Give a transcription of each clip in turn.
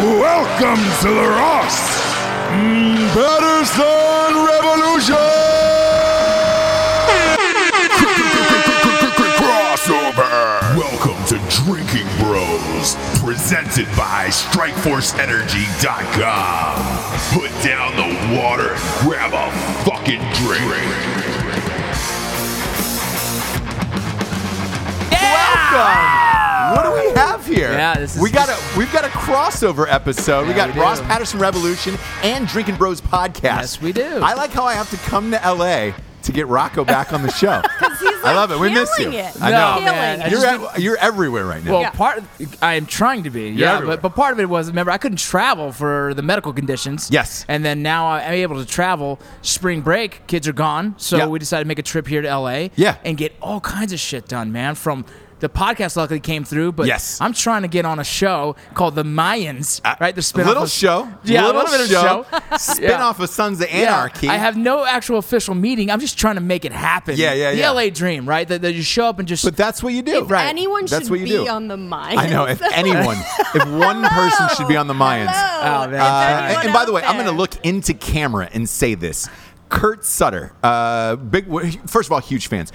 Welcome to the Ross Patterson Revolution crossover. Welcome to Drinking Bros, presented by StrikeForceEnergy.com. Put down the water and grab a fucking drink. Welcome. What do we have here? Yeah, this is- we got a we've got a crossover episode. we Yeah, got we Ross do. Patterson Revolution and Drinking Bros podcast. Yes, we do. I like how I have to come to LA to get Rocco back on the show. He's, I like, love it. We miss you. killing It. I No, know. man. I Killing You're it. at, you're everywhere right now. Well, Yeah. part I am trying to be, yeah, everywhere. but, but part of it was remember I couldn't travel for the medical conditions. Yes. and then now I'm able to travel. Spring break, kids are gone, so Yeah. we decided to make a trip here to LA. Yeah. and get all kinds of shit done, man. From the podcast luckily came through, but Yes. Uh, I'm trying to get on a show called The Mayans, right? The spin little show, yeah, little, a little bit of show, show. spin off of Sons of Yeah. Anarchy. I have no actual official meeting. I'm just trying to make it happen. Yeah, yeah, the yeah. LA dream, right? That, that you show up and just but that's what you do, If Right. Anyone That's should what you be do. on the mind. I know. If anyone, if one person should be on the Mayans. Oh, man. Uh, and, and by the way, I'm going to look into camera and say this. Kurt Sutter, uh, big. First of all, huge fans.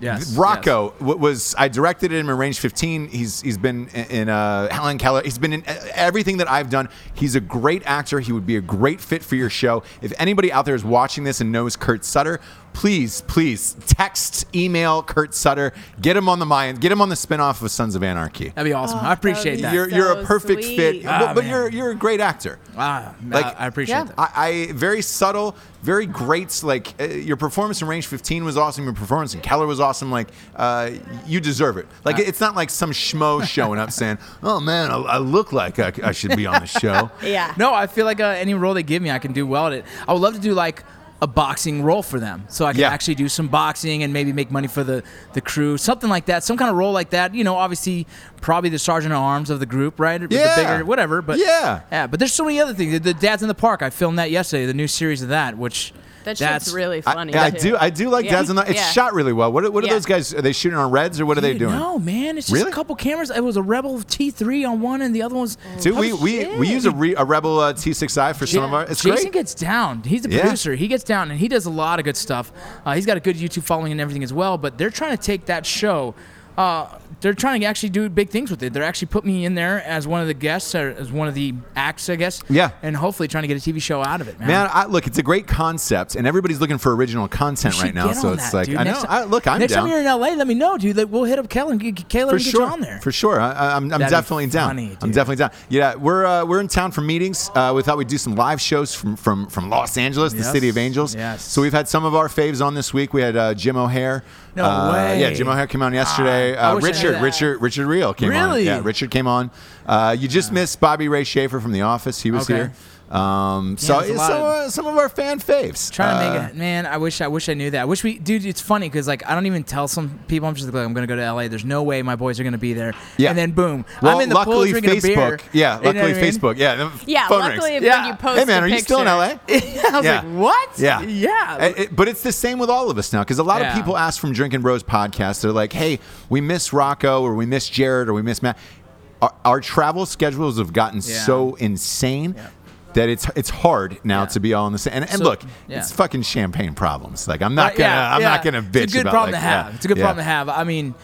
Yes, Rocco wa- was. I directed him in Range 15. He's he's been in, in uh, Helen Keller. He's been in uh, everything that I've done. He's a great actor. He would be a great fit for your show. If anybody out there is watching this and knows Kurt Sutter, please, please text, email Kurt Sutter. Get him on the Mayans. Get him on the spinoff of Sons of Anarchy. that'd be awesome. I appreciate that. be- Oh, You're, you're a so perfect fit, sweet. but, Ah, but man. you're you're a great actor. Wow, Like- Ah, I, I appreciate Yeah. that. I, I very subtle, very great. Like uh, your performance in Range 15 was awesome. Your performance in Keller was awesome. Like uh, you deserve it. Like it's not like some schmo showing up saying, "Oh man, I, I look like I, I should be on the show." Yeah. No, I feel like uh, any role they give me, I can do well at it. I would love to do like a boxing role for them, so I can Yeah. actually do some boxing and maybe make money for the the crew, something like that, some kind of role like that. You know, obviously, probably the sergeant at arms of the group, right? With Yeah. the bigger, whatever. But Yeah. yeah. But there's so many other things. The, the Dad's in the Park. I filmed that yesterday. The new series of that, which That that's shit's really I, funny. yeah, I too. do. I do like Yeah. Dad's on the. It's Yeah. shot really well. What, are- what are Yeah. those guys? Are they shooting on reds or what are they doing? No, man, it's just Really? a couple cameras. It was a Rebel T3 on one, and the other one's. Oh, Dude, How we, does- we, we use a, re, a Rebel uh, T6i for some of our. It's Jason great. gets down. He's a Yeah. producer. He gets down and he does a lot of good stuff. Uh, he's got a good YouTube following and everything as well. But they're trying to take that show. Uh, they're trying to actually do big things with it. They're actually put me in there as one of the guests or as one of the acts, I guess. Yeah. And hopefully trying to get a TV show out of it, man. Man, I, look, it's a great concept, and everybody's looking for original You content should right now. get So on it's that, like, dude. I know. Next ti- I, look, I'm next down. time you're in LA, let me know, dude. Like, we'll hit up Kayla and get, Kayla for and get sure. you on there. For sure, I, I- I'm, I'm That'd be definitely down. funny, I'm dude. definitely down. Yeah, we're uh, we're in town for meetings. Uh, we thought we'd do some live shows from from, from Los Angeles, the Yes. city of angels. Yes. So we've had some of our faves on this week. We had uh, Jim O'Hare. No Uh, way. Yeah, Jim O'Hare came on yesterday. Ah, I uh, wish I knew Richard, that. Richard, Richard Real came on. Really? Yeah, Richard came on. Uh, you just missed Bobby Ray Schaefer from The Office. He was Okay. here. Um, so there's a it's lot some, of- uh, some of our fan faves. Trying Uh, to make it, man. I wish, I wish I knew that. I wish we, dude. It's funny because like I don't even tell some people. I'm just like, I'm gonna go to LA. There's no way my boys are gonna be there. Yeah. And then boom, Well, I'm in the pool luckily drinking Facebook. a beer. Yeah, You know luckily what I mean? Facebook. Yeah, the Yeah, phone luckily rings. when Yeah. you post Hey man, a are you still in picture- LA? I was Yeah. like, what? Yeah. Yeah. It- it- but it's the same with all of us now because a lot of Yeah. people ask from Drinking Bros podcast. They're like, hey, we miss Rocco or we miss Jared or we miss Matt. Our, our travel schedules have gotten Yeah. so insane. Yeah. That it's it's hard now Yeah. to be all in the same and, and So- look yeah. it's fucking champagne problems like I'm not Right, gonna yeah, I'm yeah. not gonna bitch It's a good about problem like, to have. yeah, It's a good yeah. problem to have. I mean,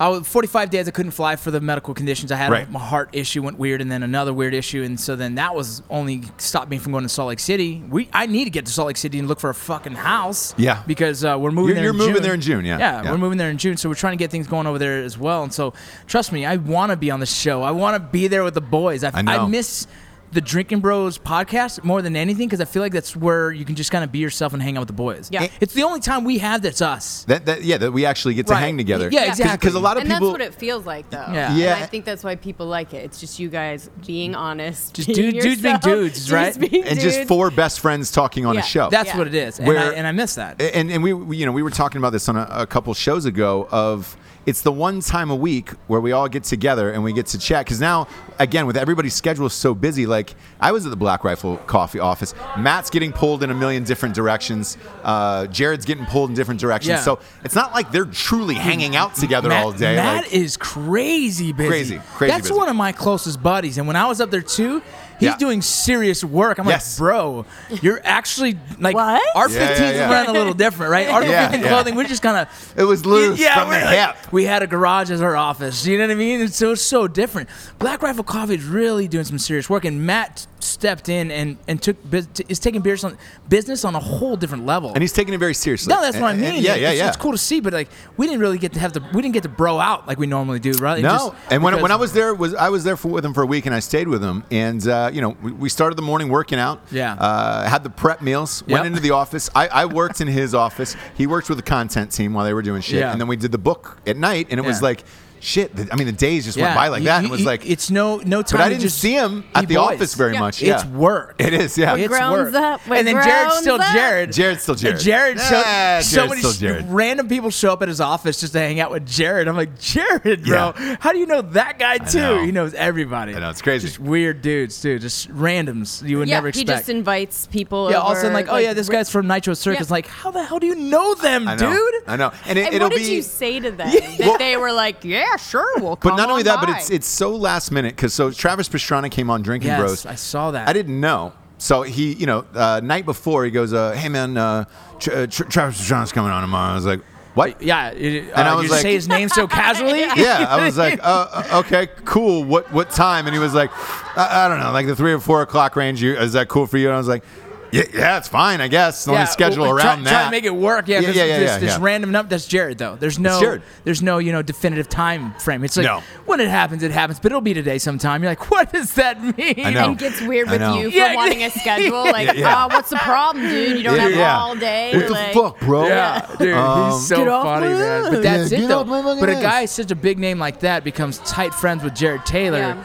I was 45 days I couldn't fly for the medical conditions I had. Right. My heart issue went weird, and then another weird issue, and so then that was only stopped me from going to Salt Lake City. We I need to get to Salt Lake City and look for a fucking house. Yeah. because uh, we're moving. You're- there you're in moving June. there in June, yeah. yeah, Yeah. we're moving there in June, so we're trying to get things going over there as well. And so, trust me, I want to be on the show. I want to be there with the boys. I, I know. miss. The Drinking Bros podcast more than anything because I feel like that's where you can just kind of be yourself and hang out with the boys. Yeah. it's the only time we have that's us. that, that yeah that we actually get to Right. hang together Yeah, exactly. because a lot of And people that's what it feels like, though. Yeah. And Yeah. I think that's why people like it. It's just you guys being honest. Just being dude- dudes being yourself, dudes, just right? being and just dudes. four best friends talking on a Yeah. show That's Yeah. what it is, and, Where- I, and I miss that. and and we, we- you know we were talking about this on a, a couple shows ago of it's the one time a week where we all get together and we get to chat because now again with everybody's schedule so busy Like I was at the Black Rifle Coffee office. Matt's getting pulled in a million different directions. Uh, Jared's getting pulled in different directions. Yeah. So it's not like they're truly hanging out together Matt, all day. Matt like, is crazy busy. Crazy, crazy That's busy. one of my closest buddies, and when I was up there too, he's Yeah. doing serious work. I'm Yes. like, bro, you're actually like What? our Yeah, yeah, 15s yeah. ran a little different, right? Our Yeah, 15 yeah. clothing, we're just kind of it was loose yeah, from the we're like- hip. We had a garage as our office. You know what I mean? And so it's so different. Black Rifle Coffee is really doing some serious work, and Matt stepped in and and took bus- t- is taking business on business on a whole different level. And he's taking it very seriously. no, that's what I And- mean. and- yeah, yeah, it's, yeah. It's cool to see, but like we didn't really get to have the we didn't get to bro out like we normally do, right? It No, just- and when, when because- I was there, was I was there for, with him for a week, and I stayed with him, and uh, you know we, we started the morning working out. Yeah. uh, had the prep meals, went Yep. into the office. I, I worked in his office. He worked with the content team while they were doing shit, Yeah. and then we did the book at night, and it was Yeah. like shit. The, I mean, the days just Yeah, went by like you- that. and you- it was you- like, it's no no time. but I to didn't just see him be at the boys. office very Yeah. much. It's yeah. work. It is. Yeah. It's grown work. up. We're and then Jared's grown still up. Jared. Jared's still Jared. And Jared. So, Yeah, so Jared's many still s- Jared. random people show up at his office just to hang out with Jared. I'm like, Jared, bro, how do you know that guy too? know. He knows everybody. I know, it's crazy. Just weird dudes too. Just randoms you would yeah, never he expect. just invites people. yeah, over, all of a sudden, like, oh yeah, this ri- guy's from Nitro Circus. Yeah. Like, how the hell do you know them, I know. dude? I know. And, it, And it'll what did be you say to them? Well- that they were like, yeah, sure, we'll come But not only on that, but by." it's it's so last minute because so Travis Pastrana came on Drinking Yes, Bros. I saw that. I didn't know. So he, you know, uh, night before he goes, uh, "Hey man, uh, Tra- Tra- Travis Pastrana's coming on tomorrow." I was like, "What?" Yeah, it, And uh, I was you just like- say his name so casually. Yeah, I was like, uh, uh, "Okay, cool. What what time?" And he was like, I-, "I don't know, like the three or four o'clock range. You, is that cool for you?" And I was like, "Yeah, yeah, it's fine, I guess. As long as schedule well, around try, that." Try to make it work. Yeah, Yeah, 'cause yeah, yeah, this, yeah, this yeah. random number. That's Jared though. There's no. Jared. There's no you know definitive time frame. It's like No. when it happens, it happens. But it'll be today sometime. You're like, what does that mean? I know. and gets weird I with know. you for Yeah, wanting a schedule. Like, yeah. oh, what's the problem, dude? You don't have all day. What like, the fuck, bro? Yeah, dude, Um, he's so Get off funny, my man. But ass. that's Yeah, it get though. off my fucking But a ass. guy such a big name like that becomes tight friends with Jared Taylor. Yeah.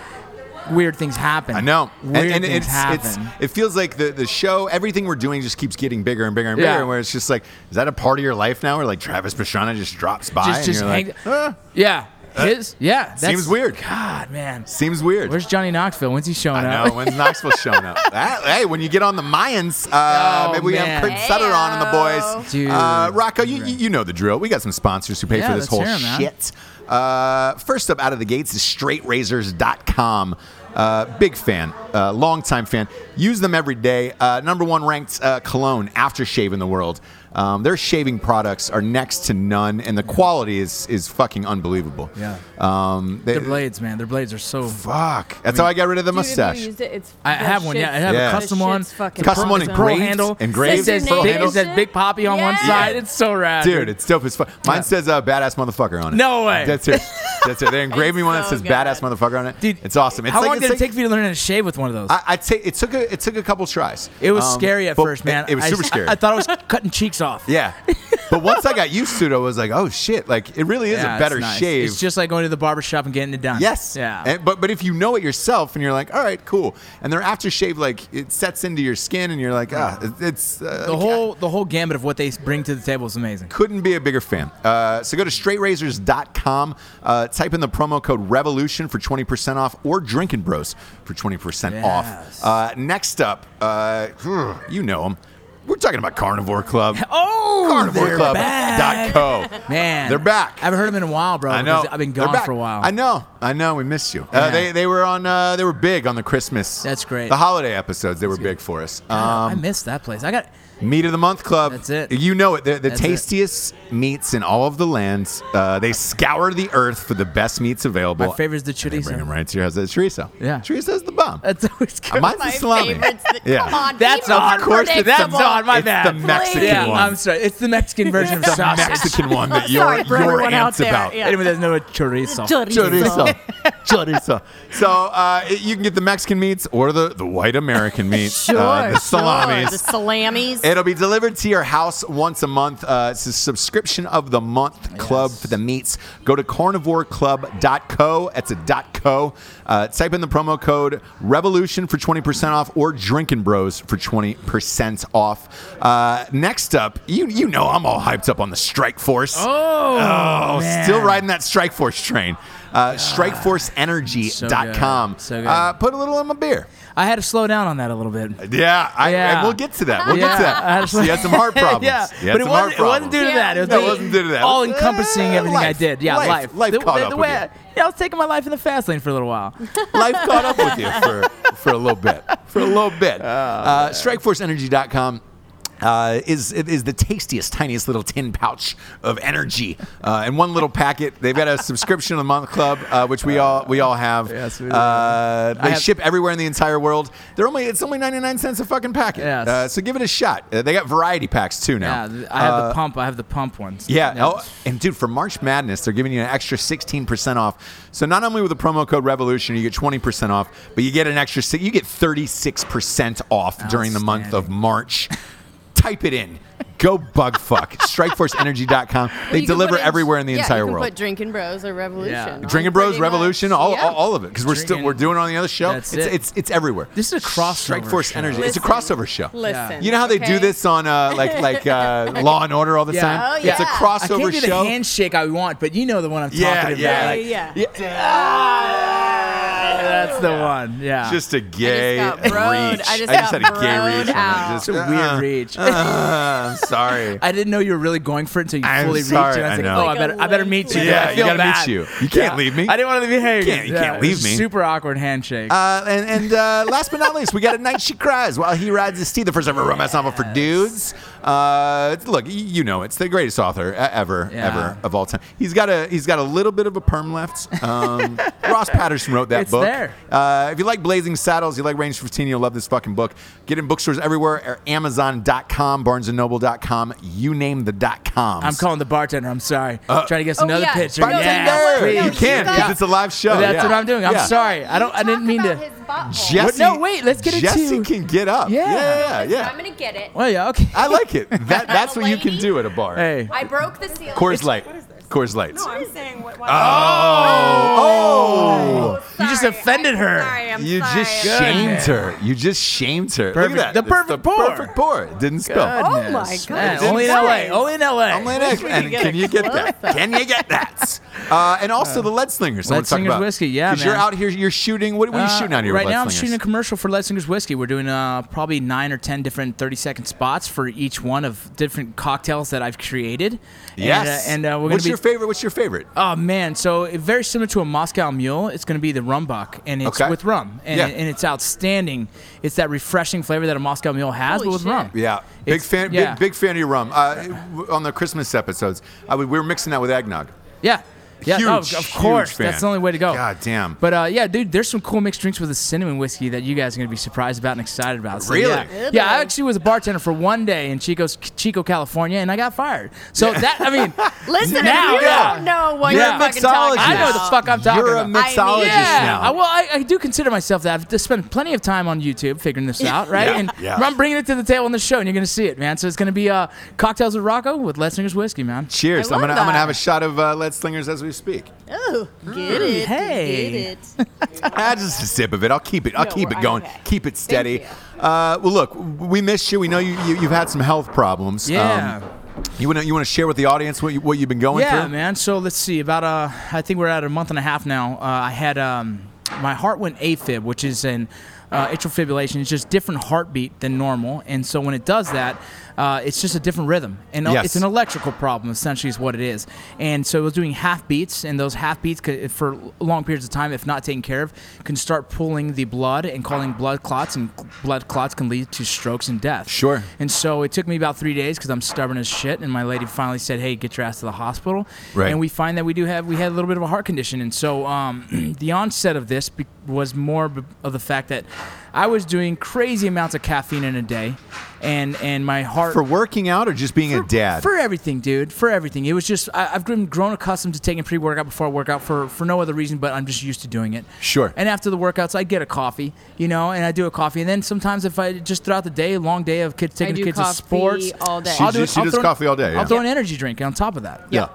Weird things happen. I know. Weird things happen. it feels like the, the show, everything we're doing just keeps getting bigger and bigger and Yeah. bigger. Where it's just like, is that a part of your life now? Where like Travis Pastrana just drops by just and just you're hang. Ah. like, "Huh, yeah. His yeah. That's, seems weird. God, man. Seems weird. Where's Johnny Knoxville? When's he showing I up? know. When's Knoxville showing up? Ah, hey, when you get on the Mayans, uh, Oh, maybe we man. have Prince Sutter on and the boys. Dude. Uh, Rocco, you, you you know the drill. We got some sponsors who pay Yeah, for this let's whole hear 'em, man. shit. Uh, first up out of the gates is straightrazors.com. Uh, big fan, uh, long time fan. Use them every day. Uh, number one ranked uh, cologne aftershave in the world. Um, their shaving products are next to none, and the quality is is fucking unbelievable. Yeah. Um, they, Their blades, man. Their blades are so. fuck. That's how I got rid of the Dude, have mustache. you used it? It's I the have one, yeah. I have Yeah. a custom the one. shit's fucking Custom one awesome. in gray. pearl engraved- handle. engraved It says, Scissor big, it nails. says Big Poppy on one Yeah. side. It's so rad. dude, it's dope as fuck. Mine says uh, "badass motherfucker" on it. No way. That's it. That's it. They engraved me one that so says good. "badass motherfucker" on it. Dude, it's awesome. It's how like, long it's did like, it take for you to learn how to shave with one of those? I, I'd say it took a it took a couple tries. it was Um, scary at but first, man. It, it was I- super I- scary. I, thought I was cutting cheeks off. yeah, but once I got used to it, I was like, "Oh shit!" Like it really is Yeah, a it's better nice. shave. It's just like going to the barber shop and getting it done. Yes. Yeah. And- but but if you know it yourself and you're like, all right, cool, and their aftershave like it sets into your skin and you're like, ah, it- it's uh, the whole the whole gambit of what they bring to the table is amazing. couldn't be a bigger fan. Uh, so go to straightrazors.com, uh, type in the promo code revolution for 20% off or drinking bros for 20% Yes. off. Uh, next up, uh, you know them. We're talking about Carnivore Club. Oh, they're back. CarnivoreClub.co. Man, They're back. I haven't heard them in a while, bro. I know. because I've been They're gone back. for a while. I know. I know. We missed you. Uh, Yeah. they they were on. Uh, they were big on the Christmas. That's great. The holiday episodes. They were big for us. I Um, missed that place. I got Meat of the Month Club. That's it. You know it. They're the That's it. tastiest meats in all of the lands. Uh, they scour the earth for the best meats available. my favorite is the They bring them chorizo. right to your house. That's chorizo. Yeah. Chorizo's the bomb. That's always good. Mine's the My salami. favorites that- Yeah. Come on, That's be more odd. Of course it's predictable. That's odd. My it's bad. the Mexican yeah, one. I'm sorry. It's the Mexican version of the sausage. Mexican one that you're, Sorry for you're everyone out amped there. about. Yeah. Anyone that doesn't know what chorizo. chorizo. chorizo. So uh, it- you can get the Mexican meats or the, the white American meat, Sure, uh, the sure. salamis. The salamis. It'll be delivered to your house once a month. Uh, it's a subscription of the month club for the meats. Go to carnivoreclub.co. That's a dot .co. Uh, type in the promo code Revolution for 20% off or Drinking Bros for 20% off. Uh, next up, you you know I'm all hyped up on the Strike Force. Oh, Oh, man. still riding that Strike Force train. Uh, StrikeForceEnergy.com. So good. So Uh, put a little in my beer. I had to slow down on that a little bit. Yeah, I, Yeah. and we'll get to that. We'll get Yeah, to that. I had to So you had some heart problems. yeah, You had but it some heart wasn't, it wasn't problems. due to that. It, was No, it the wasn't due to that. All encompassing Uh, everything I life. did. Yeah, Life. life. Life the, caught the, up the with way I, yeah, I was taking my life in the fast lane for a little while. Uh, life caught up with you for, for a little bit. For a little bit. uh, StrikeForceEnergy.com. Uh, is it is the tastiest, tiniest little tin pouch of energy, uh, and one little packet. They've got a subscription to the Month Club, uh, which we all we all have. Yes, we do. uh, they I have- ship everywhere in the entire world. They're only it's only ninety nine cents a fucking packet. Yes. Uh, so give it a shot. Uh, they got variety packs too now. Yeah, I have Uh, the pump. I have the pump ones. yeah. Oh, and dude, for March Madness, they're giving you an extra 16% off. So not only with the promo code Revolution, you get 20% off, but you get an extra si- you get 36% off during the month of March. Type it in. Go bug fuck. StrikeForceEnergy.com. They You can deliver put in- everywhere in the yeah, entire you can world. Put Drinking Bros or Revolution. Yeah. on Drinking Bros, pretty much. Revolution, all, Yeah. all, all of it, because we're still Drinking- we're doing it on the other show. That's it's, it. it's it's everywhere. This is a crossover Strike Force show. Energy. it's a Listen. crossover show. Listen. You know how they do okay? this on uh, like like uh, Law and Order all the Yeah. time. Oh, It's a yeah. I I crossover can't do show. the handshake I want, but you know the one I'm Yeah, talking yeah. about. Yeah, Like, uh, yeah. Yeah. That's the one. Yeah. Ah! Just a gay I just got reach. broed. I just had got a gay broed reach. and I out. just- it's a uh, weird reach. uh, I'm sorry. I didn't know you were really going for it until you I'm fully sorry, reached. And I I was like, know. oh, I Like a better, I better meet you. lame yeah, I you feel gotta bad. meet you. You can't Yeah. leave me. I didn't want to leave hanging. Can't- you Yeah, can't it was leave me. Super awkward handshake. uh, and and uh, last but not least, we got a night she cries while he rides his tea. The first ever romance novel for dudes. Uh, it's- look, y- you know it's the greatest author uh, ever, Yeah. ever of all time. He's got a he's got a little bit of a perm left. Um, Ross Patterson wrote that It's book. there. Uh, if you like Blazing Saddles, you like Range 15, you'll love this fucking book. Get it in bookstores everywhere, er, or Amazon.com, BarnesandNoble.com, you name the dot com. I'm calling the bartender. I'm sorry. Trying to get us Oh, another yeah. picture. Bartender! Yeah, No, Uh, Bartender! please. no, you you can't guys- because it's a live show. That's yeah. what I'm doing. I'm Yeah. sorry. I don't. I didn't mean to. Jesse, no, wait, let's get it Jesse to- can get up. Yeah. yeah, yeah. yeah. I'm gonna get it. Well, yeah. Okay. I like it. That, that's what you can lady. do at a bar. Hey. I broke the seal. Coors Light. Coors Lights. I'm saying what, Oh, oh! You just offended her. Sorry, I'm You sorry. just Goodness. shamed her. You just shamed her. Perfect- Look at that. the It's perfect pour. Perfect pour. It didn't spill. Oh my Goodness. God, Man, you Only in guys. LA. Only in LA. I'm Lynn X, we and could get can a you get that? Can you get that? Uh, and also the Lead Slingers. I wanna Lead talk Slingers about. whiskey, yeah, you're man. out here, you're shooting. What, what are you Uh, shooting out here? Right with Lead now, I'm Slingers? shooting a commercial for Letzinger's Whiskey. We're doing uh, probably nine or ten different 30 second spots for each one of different cocktails that I've created. Yes. And, uh, and uh, we're going what's to be. your favorite? What's your favorite? Oh man! So it- very similar to a Moscow Mule, it's going to be the rum buck, and it's Okay. with rum, and, Yeah. and it's outstanding. It's that refreshing flavor that a Moscow Mule has, Holy but with shit. rum. Yeah, big It's- fan, yeah. big, big fan of your rum. Uh, w- on the Christmas episodes, I would, we were mixing that with eggnog. Yeah. Yeah, no, Huge, of course. huge fan. That's the only way to go. God damn. But uh, yeah, dude, there's some cool mixed drinks with a cinnamon whiskey that you guys are gonna be surprised about and excited about. So, Really? Yeah. Yeah, I actually was a bartender for one day in Chico's Chico, California, and I got fired. So that I mean, Listen, Now, if you yeah. don't know what You're you're, a fucking talking mixologist. about. I know the fuck I'm talking You're a about. mixologist I mean- yeah, now. I, well, I, I do consider myself that. I've just spent plenty of time on YouTube figuring this out, right? Yeah, and yeah. I'm bringing it to the table on the show, and you're gonna see it, man. So it's gonna be uh, cocktails with Rocco with Lessinger's whiskey, man. Cheers! I I'm love gonna, I'm gonna that. have a shot of uh, Lead Slingers as we speak. Oh, get it. Hey. Get it. Ah, just a sip of it. I'll keep it. I'll No, keep it we're- going. okay. Keep it steady. you. Uh, well, look, we missed you. We know you, you you've had some health problems. Um, Yeah. you want to you want to share with the audience what you, what you've been going yeah, through? man. So let's see. About uh, I think we're at a month and a half now. Uh, I had um, my heart went AFib, which is an uh, atrial fibrillation. It's just different heartbeat than normal, and so when it does that, uh, it's just a different rhythm, and uh, Yes. it's an electrical problem essentially is what it is. And so it was doing half beats, and those half beats could, for long periods of time, if not taken care of, can start pulling the blood and causing blood clots, and blood clots can lead to strokes and death. Sure. And so it took me about three days because I'm stubborn as shit. And my lady finally said, "Hey, get your ass to the hospital." Right. And we find that we do have we had a little bit of a heart condition, and so um, the onset of this be- was more b- of the fact that I was doing crazy amounts of caffeine in a day, and and my heart For working out or just being a dad? for everything, dude. For everything. It was just I, I've grown, grown accustomed to taking pre-workout before I work out for for no other reason, but I'm just used to doing it. Sure. And after the workouts, I get a coffee, you know, and I do a coffee, and then sometimes if I just throughout the day, long day of kids taking do kids to coffee sports all day. She- I'll do it- she I'll does throw in- coffee all day, yeah. I'll throw an energy drink on top of that. yeah.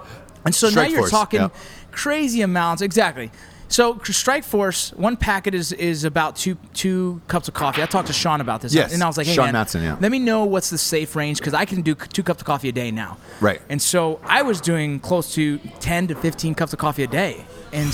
And so Strike now you're force, talking yeah. crazy amounts. Exactly. So Strike Force, one packet is is about two two cups of coffee. I talked to Sean about this, Yes, and I was like, "Hey, Sean man, Matson, yeah. let me know what's the safe range because I can do c- two cups of coffee a day now." Right. And so I was doing close to ten to fifteen cups of coffee a day, and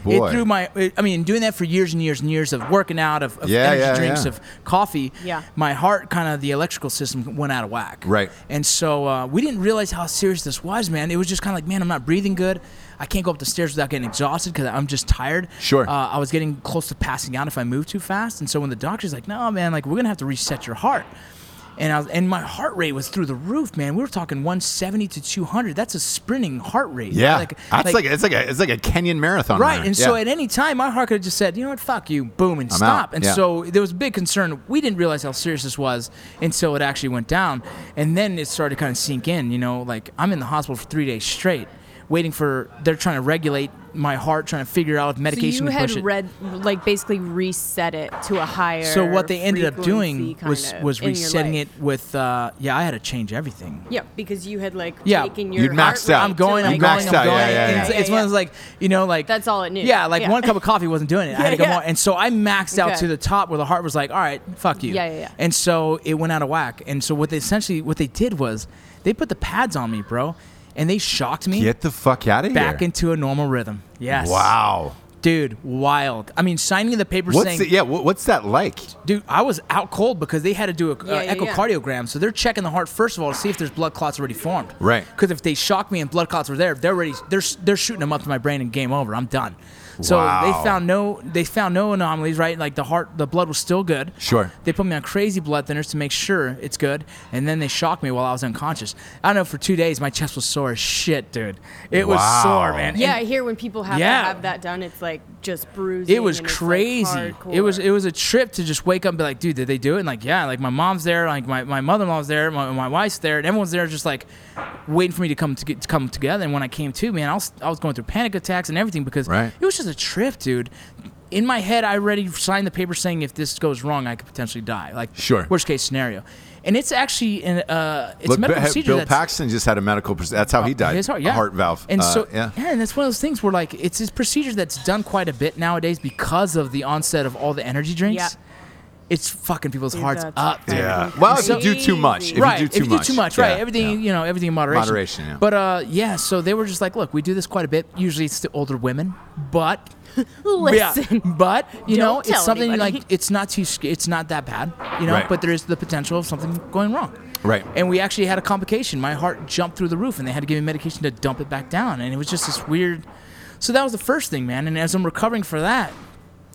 Whoa, boy. it threw my. It, I mean, doing that for years and years and years of working out of, of Yeah, energy yeah, drinks yeah. of coffee. Yeah. My heart kind of the electrical system went out of whack. Right. And so uh, we didn't realize how serious this was, man. It was just kind of like, man, I'm not breathing good. I can't go up the stairs without getting exhausted because I'm just tired. Sure. Uh, I was getting close to passing out if I moved too fast. And so when the doctor's like, no, man, like we're gonna have to reset your heart. And I was, and my heart rate was through the roof, man. We were talking 170 to 200. That's a sprinting heart rate. Yeah, that's like, it's like a it's like a Kenyan marathon. Right, runner. and so Yeah. at any time, my heart could have just said, "You know what? Fuck you!" Boom, and I'm stop. out, And yeah. so there was big concern. We didn't realize how serious this was until it actually went down, and then it started to kind of sink in. You know, like I'm in the hospital for three days straight, waiting for they're trying to regulate my heart, trying to figure out So medication you to had push it. read, like, basically reset it to a higher. so what they ended up doing frequency was kind of was in your resetting it life. with uh, yeah, I had to change everything. Yeah, because you had like Yeah. taken your. You'd maxed heart out. rate I'm going, to, I'm like, maxed going, I'm out, going. yeah, yeah, and yeah. it's, it's one of those like, you know, like That's all it knew. Yeah, like Yeah. one cup of coffee wasn't doing it. I had to go Yeah, yeah. more, and so I maxed out Okay. to the top where the heart was like, all right, fuck you. Yeah, yeah, yeah. And so it went out of whack. And so what they essentially what they did was they put the pads on me, bro, and they shocked me get the fuck out of here. back into a normal rhythm. Yes. wow. dude, wild. I mean, signing the paper What's saying, the, yeah? wha- What's that like? dude, I was out cold because they had to do a uh, Yeah, yeah, yeah. echocardiogram. So they're checking the heart first of all to see if there's blood clots already formed. Right. Because if they shock me and blood clots were there, they're already they're they're shooting them up to my brain and game over. I'm done. So Wow. they found no they found no anomalies. Right. Like the heart, the blood was still good. Sure. They put me on crazy blood thinners to make sure it's good, and then they shocked me while I was unconscious. I don't know. For two days, my chest was sore as shit, dude. It Wow. was sore, man. Yeah, And- I hear when people have Yeah. to have that done, it's like just bruising. it was and it's, like, crazy. it was hardcore. it was a trip to just wake up and be like, dude, did they do it? And like, yeah, like my mom's there, like my, my mother in law's there, my, my wife's there, and everyone's there just like waiting for me to come to, get, to come together. And when I came to, man, I was I was going through panic attacks and everything because Right. it was just a trip, dude. In my head, I already signed the paper saying if this goes wrong, I could potentially die. Like Sure. worst case scenario. And it's actually an uh, it's Look, a medical Bi- procedure Bill that's Oh, Paxton just had a medical. proce- That's how he died. Uh, his heart, A yeah. heart valve. And Uh, so, yeah. yeah. and that's one of those things where like it's this procedure that's done quite a bit nowadays because of the onset of all the energy drinks. Yeah. It's fucking people's Dude, hearts that's up. dude. Yeah. fucking Well, if you do crazy. too much, if right. you do too if you much, do too much, yeah, right? Everything, yeah. you know, everything in moderation. Moderation, yeah. But uh, yeah. So they were just like, look, we do this quite a bit. Usually, it's to older women, but Listen. yeah, but you Don't know, it's tell something anybody. like it's not too, sc- it's not that bad, you know. Right. But there is the potential of something going wrong. Right. And we actually had a complication. My heart jumped through the roof, and they had to give me medication to dump it back down. And it was just this weird. So that was the first thing, man. And as I'm recovering for that,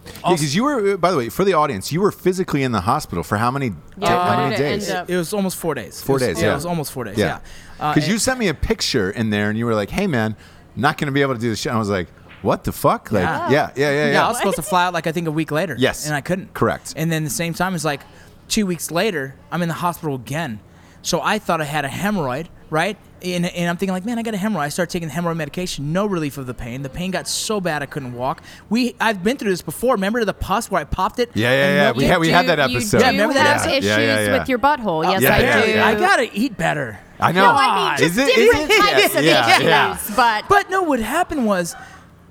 Because you were, by the way, for the audience, you were physically in the hospital for how many? Yeah, how when many did it end days? up? it was almost four days. Four It was- days. Yeah. it was almost four days. Yeah. Uh, Yeah. Because you sent me a picture in there, and you were like, "Hey, man, not going to be able to do this shit." And I was like, "What the fuck?" Like, yeah, Yeah. yeah, yeah, yeah. yeah, I was supposed to fly out like I think a week later. Yes. And I couldn't. Correct. And then the same time it's like two weeks later, I'm in the hospital again. So I thought I had a hemorrhoid, right? And, and I'm thinking like, man, I got a hemorrhoid. I started taking the hemorrhoid medication. No relief of the pain. The pain got so bad I couldn't walk. We I've been through this before. Remember the pus where I popped it? yeah, yeah, And yeah. milked We it? had we do- had that you episode. do Yeah, remember that have episode? Issues Yeah, yeah, yeah. with your butthole. Yes, yeah, I yeah, do. yeah. I gotta eat better. I know. No, I mean just is it, different is it? types yeah, of yeah, issues, yeah. but But no, what happened was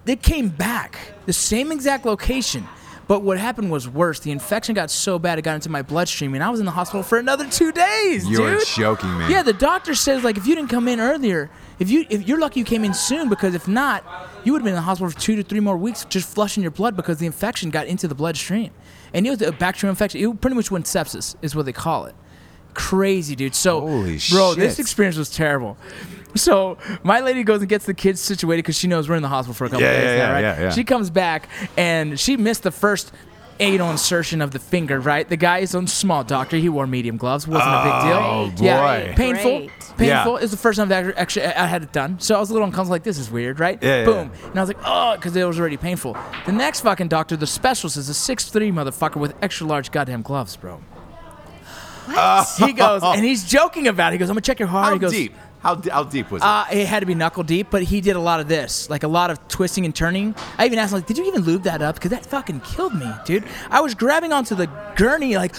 they came back the same exact location. But what happened was worse. The infection got so bad it got into my bloodstream, and I was in the hospital for another two days. You're dude. joking me. Yeah, the doctor says like if you didn't come in earlier, if you if you're lucky you came in soon because if not, you would have been in the hospital for two to three more weeks just flushing your blood because the infection got into the bloodstream, and it was a bacterial infection. It pretty much went sepsis is what they call it. Crazy, dude. So, Holy bro, this shit. experience was terrible. So my lady goes and gets the kids situated because she knows we're in the hospital for a couple Yeah, days yeah, now, yeah, right? yeah, yeah. She comes back and she missed the first anal insertion of the finger, right? The guy is a small doctor. He wore medium gloves. Wasn't a big deal. Oh, boy. Yeah, painful, Great. painful. Yeah. It was the first time that I actually I had it done, so I was a little uncomfortable. Like this is weird, right? Yeah, yeah, Boom. yeah. And I was like, oh, because it was already painful. The next fucking doctor, the specialist, is a six three motherfucker with extra large goddamn gloves, bro. He goes, and he's joking about it. He goes, I'm gonna check your heart. How he goes, deep? How d- how deep was it? uh, it had to be knuckle deep, but he did a lot of this, like a lot of twisting and turning. I even asked him, like, did you even lube that up? Because that fucking killed me, dude. I was grabbing onto the gurney, like,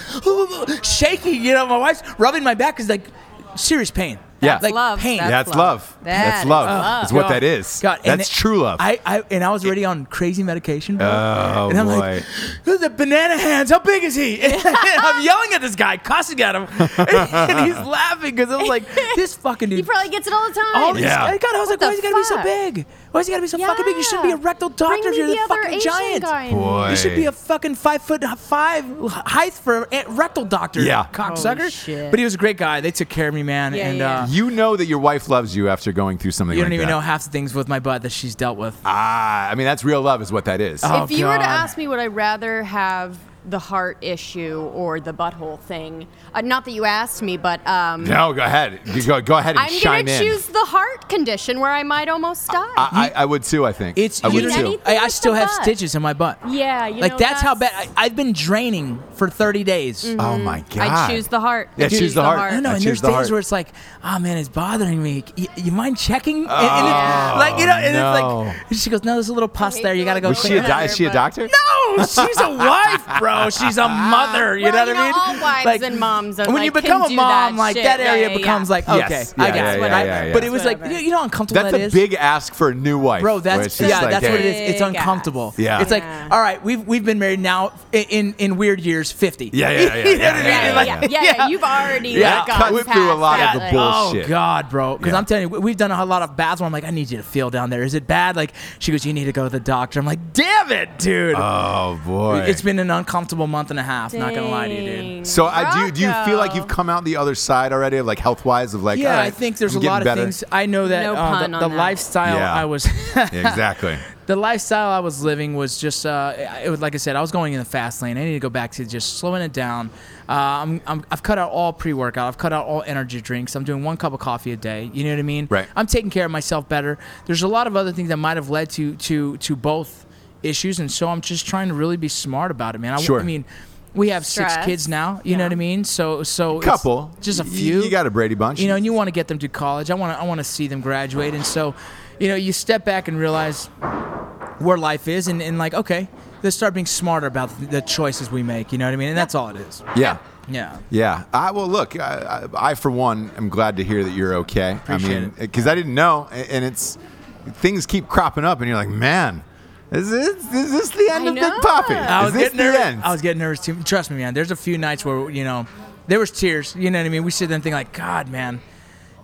shaking, you know, my wife's rubbing my back, because, like, serious pain. yeah. That's love. pain. That's, that's love. That That's is love. love. That's what that is. Oh, God, and That's it- true love. I, I and I was already on crazy medication, bro. Oh, and I'm boy. like, "Who's the banana hands? How big is he?" And I'm yelling at this guy, cussing at him, and he's laughing because I was like, "This fucking dude." He probably gets it all the time. all this, Yeah. God, I was like, the why is he gotta be so fuck? big? Why is he gotta be so fucking big? You shouldn't be a rectal doctor Bring if me you're the, the, other fucking Asian giant. Guy. boy. You should be a fucking five foot five height for a rectal doctor, Yeah. cocksucker. Holy shit. But he was a great guy. They took care of me, man. Yeah, and yeah. Uh, you know that your wife loves you after going through something you like don't even that. know half the things with my butt that she's dealt with. Ah, I mean, that's real love, is what that is. Oh, if you God. were to ask me, would I rather have the heart issue or the butthole thing? Uh, not that you asked me, but um, No, go ahead. You Go, go ahead and I'm chime gonna in. choose the heart condition where I might almost die. I, I, I would too. I think It's I you would don't- too. too. Anything I, I with still the have butt. stitches in my butt. yeah, you like know, Mm-hmm. that's, how bad I, I've been draining for 30 days. Oh my god! I choose the heart. Yeah, I choose the heart. I know, I and choose there's the days heart. where it's like, oh man, it's bothering me. You, you mind checking? And, and it's, Oh, like you know, and no. it's like she goes, no, there's a little pus hate there. You to gotta let go Was go she clean a, it di- up. is she a but- doctor? No, she's a wife, bro. She's a mother. You Well, know you what I know, mean? all wives Like, and moms are When like, you become can a do mom, that like shit. that area Yeah, yeah, becomes yeah. like Yes. okay, Yeah, I got yeah, it. yeah, right? yeah, yeah. But it was like Whatever. you, you know how uncomfortable That's that a is? big ask for a new wife, where Bro, it's that's just yeah, like, that's what it is. hey, It's Big uncomfortable. ass. Yeah. it's like Yeah. all right, we've we've been married now i- in in weird years, fifty. Yeah, yeah, yeah, you know yeah, what I mean? Yeah, yeah, Like, yeah, yeah, yeah, You've already Yeah, that like, gone cuts through a past lot that, of the like, bullshit. Oh God, bro. Because Yeah. I'm telling you, we- we've done a lot of baths where I'm like, I need you to feel down there. Is it bad? Like she goes, you need to go to the doctor. I'm like, damn it, dude. Oh boy! it's been an uncomfortable month and a half. Not gonna lie to you, dude. Dang. so. I do. you- Do you feel like Rocco. you've come out the other side already of like health wise of like? Yeah, all right, I think there's I'm a lot getting of better. things. I know that No uh, the, pun on the that. lifestyle Yeah. I was, exactly. the lifestyle I was living was just, uh, it was, like I said, I was going in the fast lane. I need to go back to just slowing it down. Uh, I'm, I'm, I've cut out all pre-workout. I've cut out all energy drinks. I'm doing one cup of coffee a day. You know what I mean? Right. I'm taking care of myself better. There's a lot of other things that might have led to to to both issues, and so I'm just trying to really be smart about it, man. I, Sure. I mean. We have six Stress. kids now. You know what Yeah. I mean. So, so it's Couple, just a Y- few. You got a Brady bunch. You know, and you want to get them to college. I want to I want to see them graduate. And so, you know, you step back and realize where life is, and, and like, okay, let's start being smarter about the choices we make. You know what I mean? And that's all it is. yeah. Yeah. Yeah. I well, look, I, I, I for one am glad to hear that you're okay. I Appreciate mean, because I didn't know, a- and it's things keep cropping up, and you're like, man, is this, is this the end I of Big know. Poppy? I Is was this getting the nervous. end? I was getting nervous too. Trust me, man. There's a few nights where you know there was tears. You know what I mean? We sit there and think like, God, man,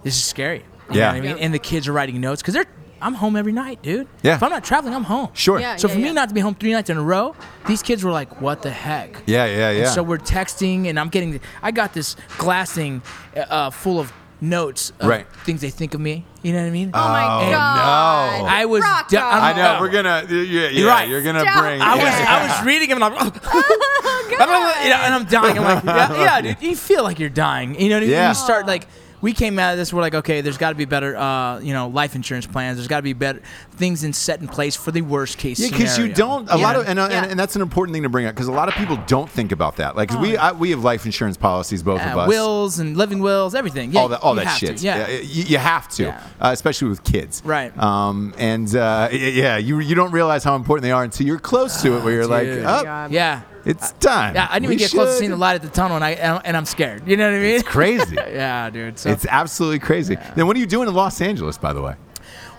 this is scary. You Yeah. Know what I mean, Yeah. and the kids are writing notes because they're. I'm home every night, dude. Yeah. If I'm not traveling, I'm home. Sure. Yeah, so for me yeah. not to be home three nights in a row, these kids were like, "What the heck?" yeah, yeah, yeah. And so we're texting, and I'm getting, I got this glass thing uh, full of notes of Right. things they think of me. You know what I mean? Oh my Oh, god! no. I was Rocco. d- I'm- I know we're gonna. Yeah, yeah, you're right. You're gonna Stop. bring. I was, yeah. Oh, I was reading them, and I'm like, I don't know, you know, and I'm dying. I'm like, yeah, yeah, dude, you feel like you're dying. You know what I mean? Yeah. You start like, we came out of this, we're like, okay, there's got to be better, uh, you know, life insurance plans. There's got to be better things in set in place for the worst case Yeah, scenario. because you don't. A You lot know? of and, uh, Yeah. and and that's an important thing to bring up because a lot of people don't think about that. Like 'cause we I, we have life insurance policies, both Yeah, of us. Uh, wills and living wills, everything. Yeah, all that all you that have to, shit. Yeah. you, you have to, Yeah. uh, especially with kids. Right. Um, and uh, y- yeah, you you don't realize how important they are until you're close to it, where you're like, dude. oh, God. yeah. it's time. Yeah, I didn't We even get close to should." seeing the light at the tunnel, and I and I'm scared. You know what I mean? It's crazy. yeah, dude. So it's absolutely crazy. Then what are you doing in Los Angeles, by the way?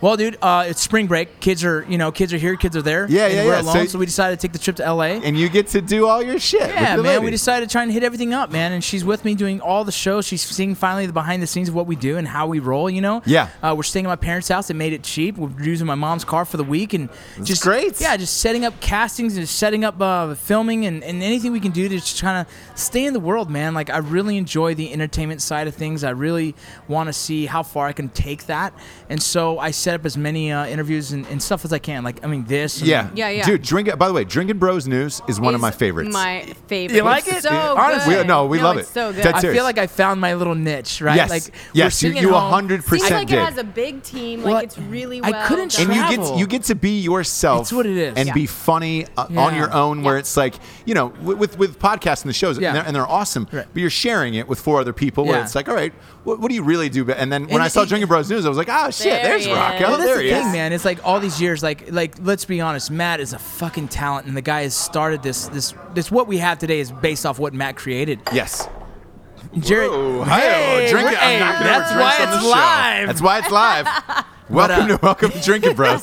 well, dude, uh, it's spring break. Kids are you know kids are here, kids are there. Yeah, and yeah, We're yeah. alone, so, So- we decided to take the trip to LA. And you get to do all your shit. with yeah, the man. lady. We decided to try and hit everything up, man. And she's with me doing all the shows. She's seeing finally the behind the scenes of what we do and how we roll. You know. Yeah. Uh, we're staying at my parents' house. They made it cheap. We're using my mom's car for the week and just great. Yeah, just setting up castings and setting up uh, filming and, and anything we can do to just kind of stay in the world, man. Like I really enjoy the entertainment side of things. I really want to see how far I can take that. And so I set up as many uh, interviews and, and stuff as I can. Like I mean, this. and- Yeah. Yeah, yeah. Dude, drink it. By the way, Drinking Bros News is one of my Is favorites. My favorite. You like it? So Honestly. good. We- no, we love it's it. So good. That's I serious. feel like I found my little niche, right? Yes. Like we're yes. You, sitting at you home. 100% Seems like did. it has a big team. Like Well, it's really I well. couldn't done. and you travel. get you get to be yourself. It's what it is. and Yeah. be funny uh, on Yeah. your own. Where Yeah. it's like you know, with with, with podcasts and the shows, Yeah. and, they're, and they're awesome. Right. But you're sharing it with four other people. Where Yeah. it's like, all right, what, what do you really do? But- And then when And I saw it- Drinking Bros News, I was like, oh shit, There there's he Rocco. is. Well, that's there the he thing, is. man. It's like all these years, like like let's be honest, Matt is a fucking talent, and the guy has started this this this what we have today is based off what Matt created. Yes. Jared. Whoa, hi-yo, drink it. I'm not gonna that's ever drink why on it's this show. live. uh, That's why it's live. welcome to welcome to Drinking Bros.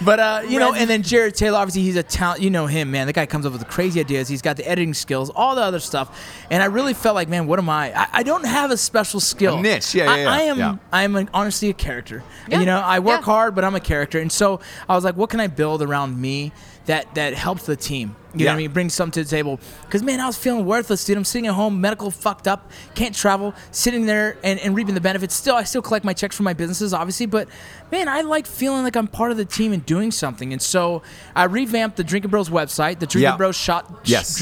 But uh, you know, and then Jared Taylor, obviously, he's a talent. You know him, man. That guy comes up with crazy ideas. He's got the editing skills, all the other stuff. And I really felt like, man, what am I? I, I don't have a special skill. A niche, yeah, I, yeah, yeah, I am. yeah. I am an, honestly a character. Yeah, You know, I work yeah. hard, but I'm a character. And so I was like, what can I build around me that that helps the team? You know what Yeah. I mean? Bring something to the table. Because, man, I was feeling worthless, dude. I'm sitting at home, medical fucked up, can't travel, sitting there and, and reaping the benefits. Still, I still collect my checks from my businesses, obviously. But, man, I like feeling like I'm part of the team and doing something. And so I revamped the Drinking Bros website, the Drinking Yeah. Bros Shop, Yes.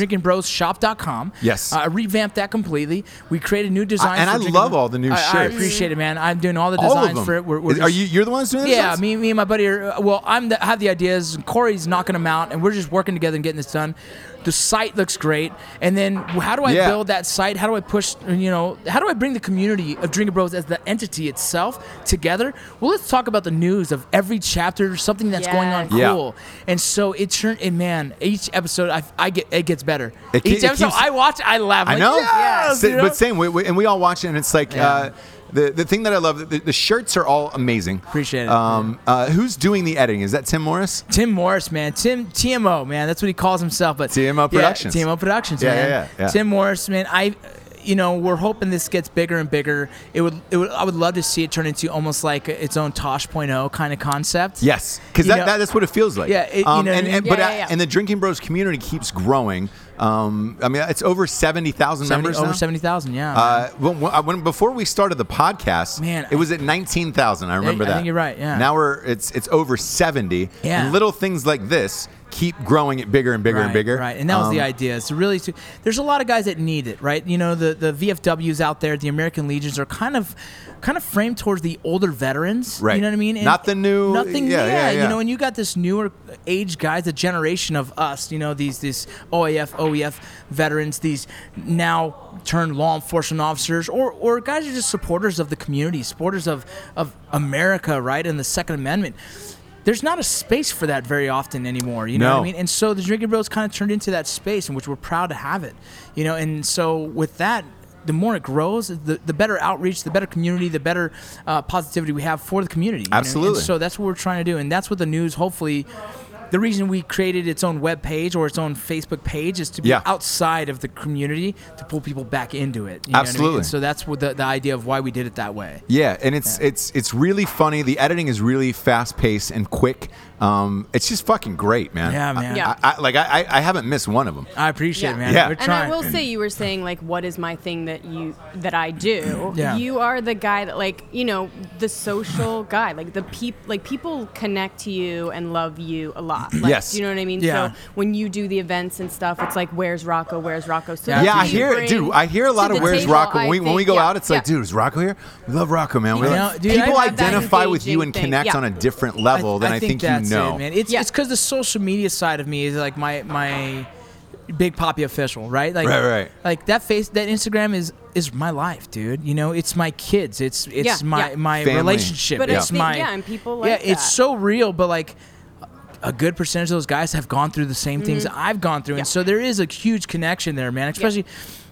drinkingbroshop.com. Yes. Uh, I revamped that completely. We created new designs. and for I Drinking love Bro- all the new I, I shirts. appreciate it, man. I'm doing all the designs All of them. for it. We're, we're Are just- you? You're the one that's doing this. yeah, me, me and my buddy are. uh, Well, I'm the, have the ideas. and Corey's knocking them out, and we're just working together and getting this done. The site looks great, and then how do I Yeah. build that site? How do I push? You know, how do I bring the community of Drinking Bros as the entity itself together? Well, let's talk about the news of every chapter, something that's going on. Yes. Yeah. Cool, and so it turned. And man, each episode, I, I get it gets better. It ke- each it episode, keeps- I watch, I laugh. I like, know. yes, Sa- you know? But same, we, we, and we all watch it, and it's like. Yeah. Uh, the, the thing that I love, the, the shirts are all amazing. Appreciate it. Um, uh, who's doing the editing? Is that Tim Morris? Tim Morris, man. Tim TMO, man. That's what he calls himself. But TMO Yeah, Productions. TMO Productions, Yeah, man. yeah, yeah, yeah. Tim Morris, man. I, you know, we're hoping this gets bigger and bigger. It would, it would I would love to see it turn into almost like its own Tosh.0 kind of concept. Yes, because You that, know- that, that's what it feels like. Yeah, it- you um, know what and, I and mean? but Yeah, uh, yeah, yeah. and the Drinking Bros community keeps growing. Um, I mean, it's over seventy thousand 70, members over now. seventy thousand. Yeah. Uh, when, when, I- when- before we started the podcast, Man, it was at nineteen thousand. I remember I that. think you're right, yeah. Now we're it's it's over seventy. Yeah. And little things like this keep growing it bigger and bigger right, and bigger. Right, and that was the Um, idea. Is to really, to, there's a lot of guys that need it, right? You know, the the VFWs out there, the American Legions are kind of, kind of framed towards the older veterans. Right. You know what I mean? And Not the new- Nothing. yeah, Yeah, yeah, yeah. You know, and you got this newer age guys, a generation of us. You know, these these OAF, OEF E veterans, these now turned law enforcement officers, or or guys who are just supporters of the community, supporters of of America, right, and the Second Amendment. There's not a space for that very often anymore. You know what No. I mean? And so the Drinking Bros kind of turned into that space in which we're proud to have it, you know. And so with that, the more it grows, the, the better outreach, the better community, the better uh, positivity we have for the community. you know? Absolutely. And so that's what we're trying to do, and that's what the news hopefully. The reason we created its own web page or its own Facebook page is to be Yeah. outside of the community to pull people back into it. you know what I mean? Absolutely. And So that's what the, the idea of why we did it that way. Yeah, and it's it's it's really funny. The editing is really fast paced and quick. Um, it's just fucking great, man. Yeah, man. I- Yeah. I, I, like I, I- I haven't missed one of them. I appreciate it, Yeah. man. Yeah. We're And I trying. will say, you were saying like, what is my thing that you that I do? Yeah. You are the guy that like, you know, the social guy. Like the peop, like people connect to you and love you a lot. Like, Yes. do you know what I mean? Yeah. So when you do the events and stuff, it's like, where's Rocco? Where's Rocco? So Yeah. that's Yeah, what I you hear it, bring dude. I hear a to lot of the where's table, Rocco. When I we, when we think. go Yeah. out, it's like, Yeah. dude, is Rocco here? We love Rocco, man. We You love- know, dude, People I- I- that identify with you and engaging thing. connect Yeah. on a different level than I, think, that's you know. It, man. It's Yeah. because the social media side of me is like my my big poppy official, right? Like, Right, right. Like that face, that Instagram is is my life, dude. You know, it's my kids. It's it's Yeah, my yeah. my Family. relationship. But I it's think- my yeah, and people like yeah. It's that. so real, but like a good percentage of those guys have gone through the same things Mm-hmm. I've gone through, and so there is a huge connection there, man. Especially,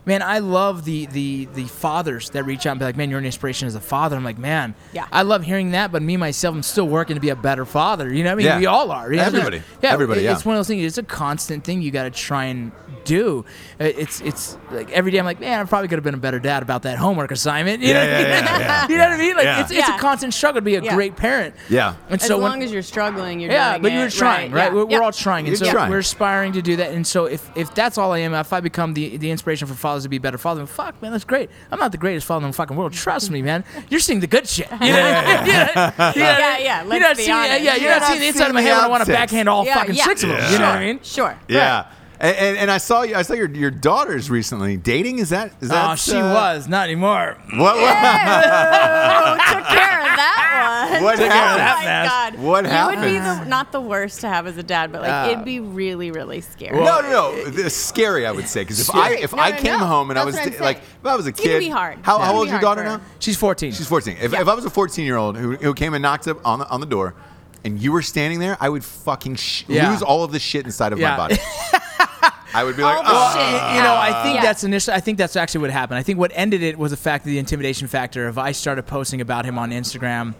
man, I love the the the fathers that reach out and be like, "Man, you're an inspiration as a father." I'm like, "Man, Yeah. I love hearing that." But me myself, I'm still working to be a better father. You know what I mean? Yeah. We all are. you know? Everybody. Yeah, Everybody, it- yeah. It's one of those things. It's a constant thing you got to try and do. Uh, It's it's like every day I'm like, man, I probably could have been a better dad about that homework assignment. You know what I mean? yeah, yeah, You know what I mean? Like it's, it's Yeah. a constant struggle to be a Yeah. great parent. Yeah. And As so when- long as you're struggling, you're yeah, doing but you're it, trying, right? Yeah. We're, Yeah. we're all trying, and You're so trying. we're aspiring to do that. And so if if that's all I am, if I become the the inspiration for fathers to be better fathers, then fuck, man, that's great. I'm not the greatest father in the fucking world. Trust me, man. You're seeing the good shit. You know? yeah, yeah, Yeah, yeah, You're let's not be seeing, honest. yeah, you're not seeing the inside of my the head when I want to outtakes. backhand all Yeah, fucking yeah. six of them. You know what I mean? Sure. Yeah. And, and, and I saw you. I saw your, your daughters recently dating. Is that is that? Oh, she uh, was not anymore. What, what, Took care of that one. what that happened? man. mess. Oh God. What You would be the, happened? not the worst to have as a dad, but like Ah. it'd be really, really scary. No, no, no. It's scary, I would say, because if I Scary. if No, I no, came no. home and I That's was what I'm da- like saying. if I was a gonna kid, be hard. How, It's how gonna old be is your hard daughter now? for her. She's 14. She's 14. If, if I was a 14 year old who, who came and knocked up on the, on the door and you were standing there, I would fucking sh- Yeah. lose all of the shit inside of my Yeah. body. I would be like, All the "Oh, shit you know, I out. think Uh, Yeah. that's initially. I think that's actually what happened. I think what ended it was the fact that the intimidation factor of I started posting about him on Instagram.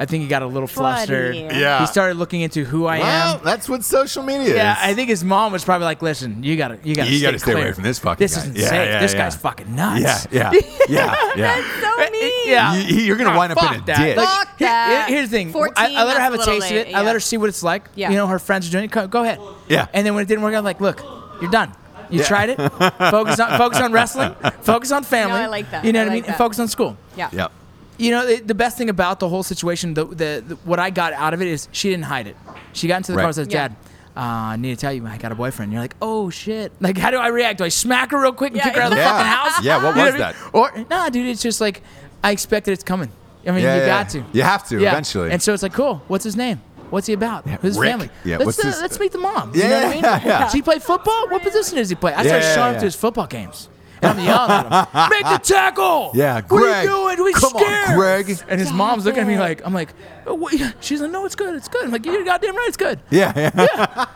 I think he got a little Bloody flustered. hell. Yeah. he started looking into who I well, am. that's what social media Yeah, is." I think his mom was probably like, "Listen, you gotta, you gotta, You stay gotta stay away clear. from this fucking This guy." isn't Yeah, safe. yeah, this yeah. guy's fucking nuts." Yeah, yeah, yeah, yeah. so mean. eh, Yeah, You- you're gonna Nah, wind up in fuck a that. ditch. Like, Fuck here- that. here- here's the thing. 14, I, I let her that's have a a little taste of late, it. I let yeah. her see what it's like. Yeah. You know, her friends are doing it. Go, go ahead. Yeah. And then when it didn't work out, like, look, you're done. You Yeah. tried it. Focus on focus on wrestling. Focus on family. I like that. You know what I I like mean? And that. focus on school. Yeah. Yep. You know, the, the best thing about the whole situation, the, the, the what I got out of it is she didn't hide it. She got into the Right. car and says, Yeah. "Dad, uh, I need to tell you, I got a boyfriend." you're like, "Oh shit!" Like, how do I react? Do I smack her real quick and Yeah, kick her out of the yeah. fucking house? Yeah, what You know was I mean? that? Or nah, dude, it's just like I expected it's coming. I mean, Yeah, you yeah. got to. You have to, eventually. And so it's like, cool. What's his name? What's he about? Who's his Rick. family? Yeah, let's what's uh, his- let's meet the mom. Yeah, you know what I mean? yeah, yeah. She played football. What position does he play? I started yeah, showing up yeah. to his football games. And I'm yelling at him. Make the tackle. Yeah, What are Greg. you doing? We Come on, scared. Greg. And his mom's looking at me like, I'm like, oh, what? she's like, no, it's good, it's good. I'm like, you're goddamn right, it's good. Yeah, yeah.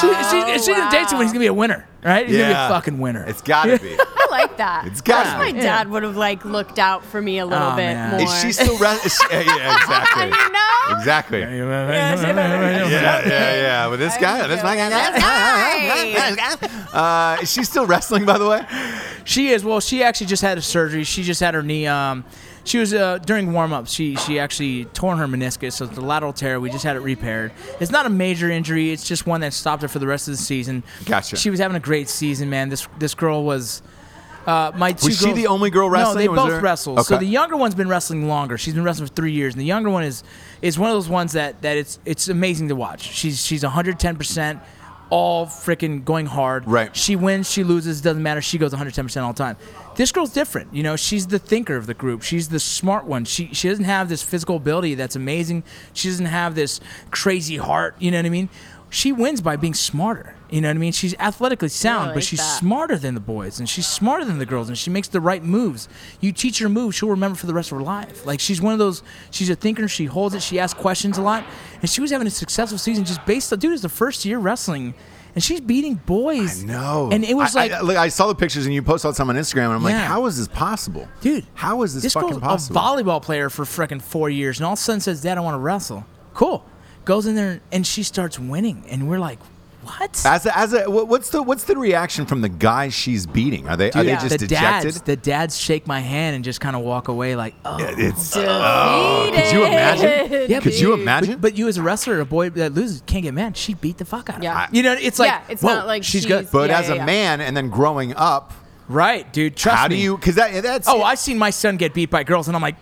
She, she, she just dates him when he's gonna be a winner, right? He's gonna be Yeah. a fucking winner. It's gotta be. I like that. It's gotta I be. wish my dad would have like looked out for me a little Oh, bit man. more. Is she still re- is she- yeah, yeah, exactly. know? Exactly. Yeah, yeah, yeah. With this guy, this guy. Uh, is she still wrestling, by the way? She is. Well, she actually just had a surgery. She just had her knee. Um, she was uh, during warm ups. She she actually torn her meniscus, so it's a lateral tear. We just had it repaired. It's not a major injury. It's just one that stopped her for the rest of the season. Gotcha. She was having a great season, man. This this girl was. Uh, my two Was she girls- the only girl wrestling, No, they or was both there- wrestled. So Okay. the younger one's been wrestling longer. She's been wrestling for three years, and the younger one is is one of those ones that that it's it's amazing to watch. She's she's 110 percent, all freaking going hard. Right. She wins, she loses, doesn't matter. She goes 110 percent all the time. This girl's different. You know, she's the thinker of the group. She's the smart one. She she doesn't have this physical ability that's amazing. She doesn't have this crazy heart. You know what I mean? She wins by being smarter. You know what I mean? She's athletically sound, like but she's that. smart smarter than the boys and she's smarter than the girls and she makes the right moves. You teach her moves, she'll remember for the rest of her life. Like she's one of those she's a thinker, she holds it, she asks questions a lot. And she was having a successful season just based on dude, it's the first year wrestling and she's beating boys. No. And it was I- like I, look, I saw the pictures and you post all the time on Instagram, and I'm like, Yeah. how is this possible, dude, How is this, this fucking girl's possible? a volleyball player for freaking four years, and all of a sudden says, "Dad, I want to wrestle." Cool, goes in there and she starts winning, and we're like, "What?" as a, as a, what- what's the what's the reaction from the guys she's beating? Are they are they Yeah. just the dejected? dads, the dads shake my hand and just kind of walk away, like, "Oh, it's could you imagine? Yeah, could but- you imagine? But you, as a wrestler, a boy that loses can't get mad. She beat the fuck out of Yeah. him. You know, it's like, Yeah, it's whoa, not like she's good, she's- But Yeah, as yeah, a yeah. man, and then growing up, right, dude? Trust how me. do you? Because that that's Oh, I've seen my son get beat by girls, and I'm like,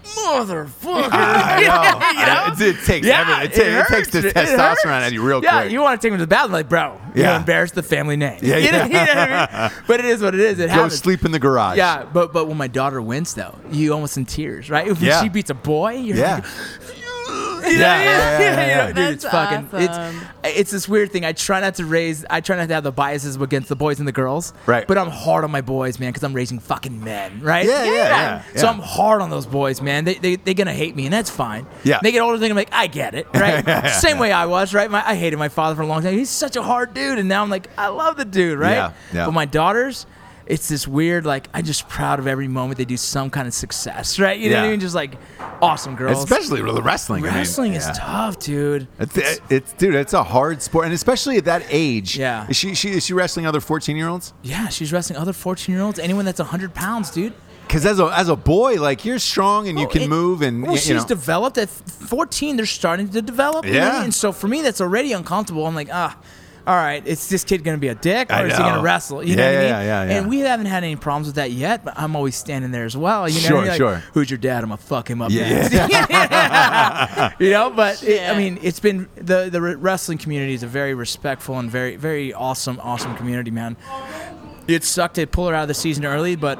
motherfucker. I know. You know? It, it takes yeah, everything. It, ta- it takes hurts. the It hurts. testosterone out of you real yeah, quick. you want to take him to the bathroom, like, bro, you Yeah. embarrass the family name. Yeah, You yeah. know- you know what I mean? But it is what it is. It Go happens. sleep in the garage. Yeah, but but when my daughter wins, though, you almost in tears, right? If Yeah. she beats a boy, you're Yeah. like, You know what I mean? Yeah, yeah, yeah, yeah. You know, dude, it's That's fucking. awesome. It's it's this weird thing. I try not to raise. I try not to have the biases against the boys and the girls. Right. But I'm hard on my boys, man, because I'm raising fucking men, right? Yeah, yeah, yeah, So yeah. I'm hard on those boys, man. They they they gonna hate me, and that's fine. Yeah. They get older, they're gonna be like, I get it, right? Same way I was, right? My, I hated my father for a long time. He's such a hard dude, and now I'm like, I love the dude, right? Yeah, yeah. But my daughters. It's this weird, like I'm just proud of every moment they do some kind of success, right? You know what Yeah. I mean? Just like awesome girls. Especially with the wrestling. I mean, Wrestling yeah. is tough, dude. It's, it- it's dude, it's a hard sport, and especially at that age. Yeah. Is she she is she wrestling other fourteen year olds? Yeah, she's wrestling other 14 year olds, anyone that's 100 pounds, dude. Because as a as a boy, like you're strong and you Well, can it- move, and well, y- you she's know. developed at 14. They're starting to develop. you know what I Yeah. mean? And so for me, that's already uncomfortable. I'm like, ah, all right, is this kid gonna be a dick or I is he gonna know. wrestle? You Yeah, know what yeah, I mean? yeah, yeah. And we haven't had any problems with that yet, but I'm always standing there as well. You know, Sure, You're like, sure. Who's your dad? I'm gonna fuck him up. Yeah. next." you know, but it, I Shit. mean, it's been the the wrestling community is a very respectful and very very awesome awesome community, man. It sucked to pull her out of the season early, but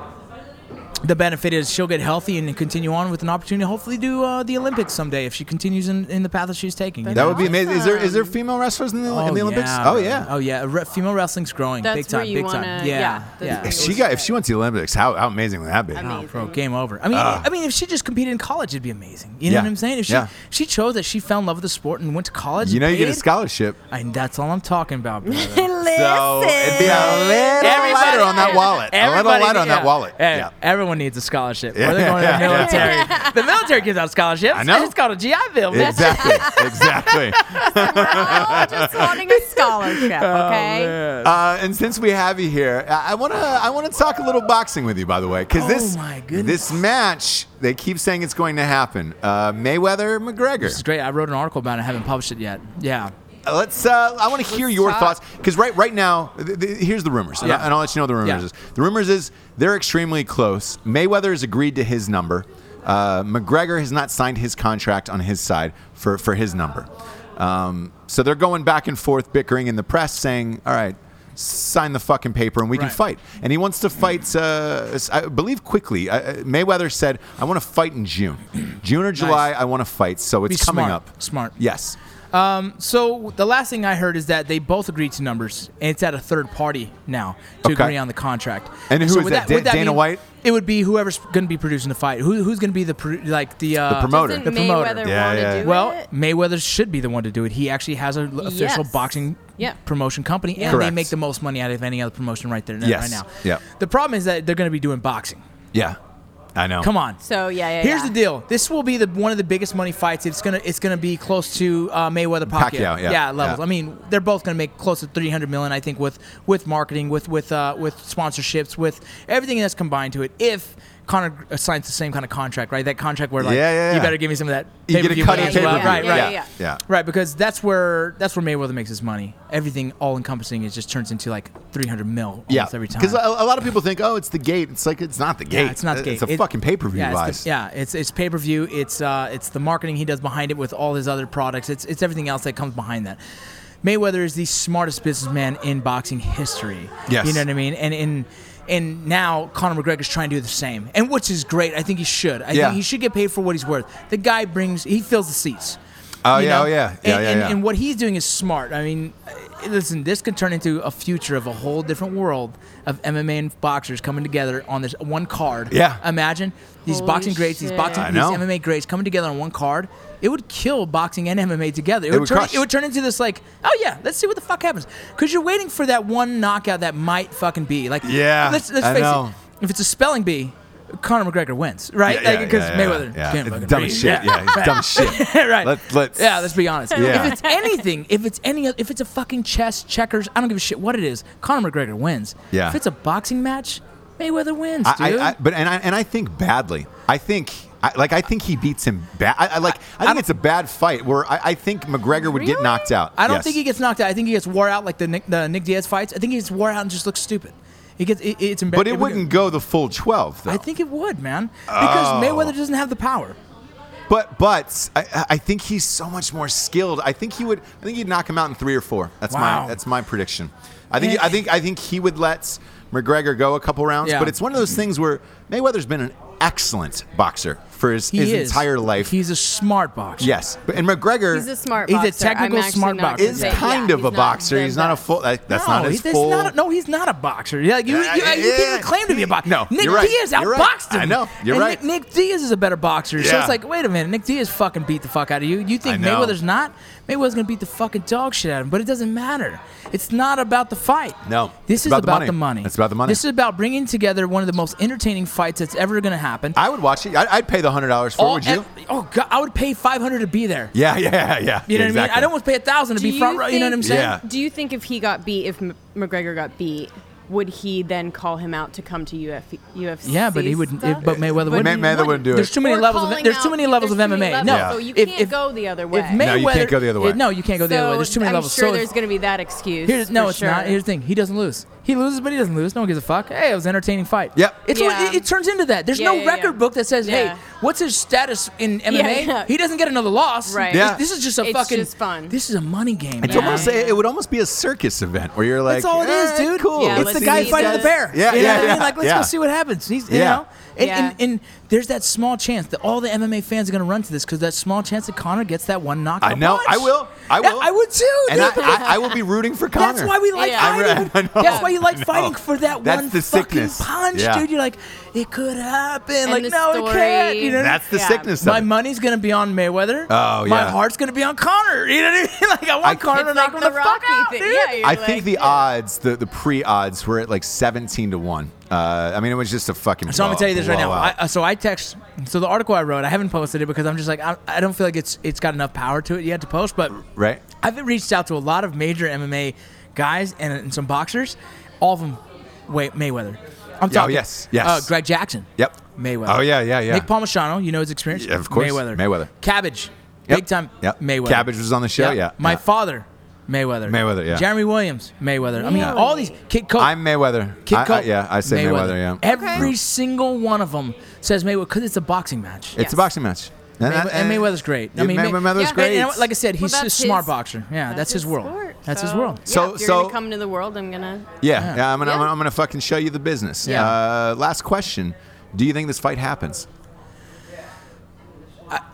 the benefit is she'll get healthy and continue on with an opportunity to hopefully do uh, the Olympics someday if she continues in, in the path that she's taking. you that know? would be amazing. Is there is there female wrestlers in the, in the Olympics? Yeah, oh man. yeah. Oh yeah. Re- female wrestling's growing That's big time. where you big wanna- time. yeah, Yeah. that's Yeah. Oh, where If you she got if she went to the Olympics, how how amazing would that be? Amazing. Bro, game over. I mean, I mean, if she just competed in college, it'd be amazing. You know Ah. Yeah. what I'm saying? If she Yeah. she chose that she fell in love with the sport and went to college, You and know, you get a paid, scholarship. and that's all I'm talking about, brother. I So it'd be a little Everybody- lighter on that wallet. A little Everybody- lighter on that yeah. wallet. Hey, Yeah. Everyone needs a scholarship. Yeah. Or they're going to Yeah. the military. the military gives out scholarships. I know. It's called a GI Bill. man. Exactly. Exactly. We're all just wanting a scholarship, Oh, okay? Uh, and since we have you here, I want to I want to talk a little boxing with you, by the way, because Oh this my goodness. this match they keep saying it's going to happen. Uh, Mayweather McGregor. It's great. I wrote an article about it. I haven't published it yet. Yeah. Uh, Let's. Uh, I want to hear your talk. thoughts because right right now, th- th- here's the rumors, and, I, Yeah. and I'll let you know what the rumors Yeah. is. The rumors is they're extremely close. Mayweather has agreed to his number. Uh, McGregor has not signed his contract on his side for for his number. Um, so they're going back and forth, bickering in the press, saying, "All right." Sign the fucking paper and we can Right. fight. And he wants to fight, uh, s- I believe, quickly. Uh, Mayweather said, I want to fight in June. June or July, I want to fight. So it's Be coming smart. up. Smart. Yes. So the last thing I heard is that they both agreed to numbers, and it's at a third party now to Okay. agree on the contract. And who so is would that? would Dan- Dana White? It would be whoever's going to be producing the fight. Who, who's going to be the pro- like the, uh, The promoter. Doesn't The promoter. Mayweather Yeah, want to yeah. do Well, it? Mayweather should be the one to do it. He actually has an official Yes. boxing Yeah. promotion company, and they Correct. make the most money out of any other promotion right there and Yes. right now. Yeah. The problem is that they're going to be doing boxing. Yeah. I know. Come on. So yeah, yeah. Here's yeah. the deal. This will be the one of the biggest money fights. It's gonna it's gonna be close to uh, Mayweather Pacquiao. Pacquiao, yeah, levels. yeah. I mean, they're both gonna make close to 300 million. I think with with marketing, with with uh, with sponsorships, with everything that's combined to it. If Conor uh, signs the same kind of contract, right? That contract where like Yeah, yeah, you yeah. better give me some of that. You get a pay-per-view cut money of as pay pay-per-view. well. Yeah, Right, yeah, right, yeah. yeah. right. Because that's where that's where Mayweather makes his money. Everything all encompassing it just turns into like 300 mil almost Yeah, every time. because a, a lot of people think, oh, it's the gate. It's like it's not the gate. Yeah, it's not the gate. It's a It- fucking pay per view, yeah, yeah, it's the- yeah, it's it's pay per view. It's uh, it's the marketing he does behind it with all his other products. It's it's everything else that comes behind that. Mayweather is the smartest businessman in boxing history. Yes. you know what I mean. And in and now Conor McGregor's trying to do the same, and which is great. I think he should. I Yeah. think he should get paid for what he's worth. The guy brings he fills the seats. Oh, you yeah, know? oh, yeah. Yeah, and, yeah, and, yeah. and what he's doing is smart. I mean, listen, this could turn into a future of a whole different world of MMA and boxers coming together on this one card. Yeah. Imagine these Holy boxing greats, these shit. boxing, I these know. MMA greats coming together on one card. It would kill boxing and MMA together. It, would turn, crush. it would turn into this like, oh yeah, let's see what the fuck happens. Because you're waiting for that one knockout that might fucking be like, Yeah, Let's, let's I face know. it. If it's a spelling bee, Conor McGregor wins, right? like because Mayweather yeah. can't It's fucking dumb read. shit. Yeah, it's dumb shit. right. Let- let's- yeah, let's be honest. Yeah. If it's anything, if it's any, if it's a fucking chess, checkers, I don't give a shit what it is. Conor McGregor wins. Yeah. If it's a boxing match, Mayweather wins, I, dude. I, I, but and I and I think badly. I think. I, like I think he beats him bad. I, I like. I think it's a bad fight where I, I think McGregor would get Really? knocked out. I don't Yes. think he gets knocked out. I think he gets wore out like the Nick, the Nick Diaz fights. I think he gets wore out and just looks stupid. He gets it, it's embarrassing. But it wouldn't go Oh. the full twelve. Though. I think it would, man, because Mayweather doesn't have the power. But but I- I, I think he's so much more skilled. I think he would. I think he'd knock him out in three or four. That's my Wow. that's my prediction. I think Yeah. I think I think he would let McGregor go a couple rounds. Yeah. But it's one of those things where Mayweather's been an excellent boxer for his, He his is. entire life. He's a smart boxer. yes, but and McGregor He's a smart. He's a boxer. I'm technical actually smart not boxer. gonna is say- yeah, kind of he's a not boxer. the He's not a best. full. That, that's not his he's- that's full. not a- no, he's not a boxer. Yeah, Like you, you, Uh, you yeah. can't claim to be a boxer. No, Nick you're right. Diaz You're right. outboxed him. I know. You're and right. Nick, Nick Diaz is a better boxer. So Yeah. it's like, wait a minute, Nick Diaz fucking beat the fuck out of you. You think I know. Mayweather's not? Mayweather's gonna beat the fucking dog shit out of him. But it doesn't matter. It's not about the fight. No. this It's is about about, the money. the money. It's about the money. This is about bringing together one of the most entertaining fights that's ever gonna happen. I would watch it. I, I'd pay the hundred dollars for. it, All- would you? ev- oh god, I would pay five hundred to be there. yeah, yeah, yeah. You know what I mean? exactly. I'd almost pay a thousand to Do be front row. You know what I'm think- saying? Yeah. Do you think if he got beat, if M- McGregor got beat, would he then call him out to come to E, Uf- UFC? Yeah, but he wouldn't. it- but Mayweather wouldn't. May- Mayweather wouldn't do it. There's too many Or levels. Of, calling there's too out- many levels of there's too many MMA. levels, no, so you can't go the other way. If No, you can't Mayweather- go the other way. it- no, you can't go the other way. There's too many I'm levels. Sure so there's going to be that excuse. here's, no, for it's sure. not. Here's the thing. He doesn't lose. He loses, but he doesn't lose. No one gives a fuck. Hey, it was an entertaining fight. Yep. It's all- Yeah. it, it turns into that. There's Yeah, no yeah, yeah. record book that says, Yeah. hey, what's his status in MMA? yeah. He doesn't get another loss. Right. Yeah. This is just a It's fucking. just fun. This is a money game. It's man. almost Yeah. it would almost be a circus event where you're like, That's all it is, "Eh, dude. Cool. Yeah, let's it's the see guy these fighting the guys." bear. Yeah, you know yeah, what I yeah. mean? Like, let's yeah. go see what happens. He's, you Yeah. know, And, Yeah. and, and there's that small chance that all the MMA fans are going to run to this because that small chance that Connor gets that one knockout. I know. Watch. I will. I Yeah, will. I would too. And I, dude. I, I will be rooting for Connor. That's why we like Yeah. I fighting. re- I know. That's why you like I know. fighting for that That's one the sickness. fucking punch, Yeah. dude. You're like, it could happen. And like, the no, it can't. story. You know, what I mean? That's the Yeah. sickness. Of my it. money's gonna be on Mayweather. Oh, My yeah. heart's gonna be on Connor. You know what I mean? Like I want I- Connor to It's knock like him the the fuck Rocky out, thing. dude. Yeah, you're I think like, the yeah. odds, the, the pre odds, were at like 17 to 1. Uh, I mean, it was just a fucking. So I'm gonna tell you this right now. blowout. I, uh, so I text. So the article I wrote, I haven't posted it because I'm just like I, I don't feel like it's it's got enough power to it yet to post. But right? I've reached out to a lot of major MMA guys and, and some boxers, all of them Wait, Mayweather. Yeah, oh, I'm talking yes, yes. Uh, Greg Jackson. Yep. Mayweather. Oh, yeah, yeah, yeah. Nick Palmisano, you know his experience. Yeah, of course. Mayweather. Mayweather. Cabbage. Yep. Big time. Yep. Mayweather. Cabbage was on the show, yeah. My Yeah. father. Mayweather. Mayweather, yeah. Jeremy Williams. Mayweather. I mean, Really? all these Kid Coke. I'm Mayweather. Kid I- I- Coke. yeah, I say Mayweather. yeah. Every single one of them says Mayweather because it's a boxing match. It's a boxing match. And, Maywe- that- and Mayweather's great. I Yeah, mean, May- May- Mayweather's Yeah. great. And you know what? like I said, Well, he's that's a smart his- boxer. Yeah, that's, his, world. sport, that's his so- world. So- yeah, if you're so- gonna come into the world, I'm gonna. yeah, Yeah. yeah, I'm gonna, I'm Yeah. gonna, I'm gonna fucking show you the business. Yeah. Uh, last question: Do you think this fight happens?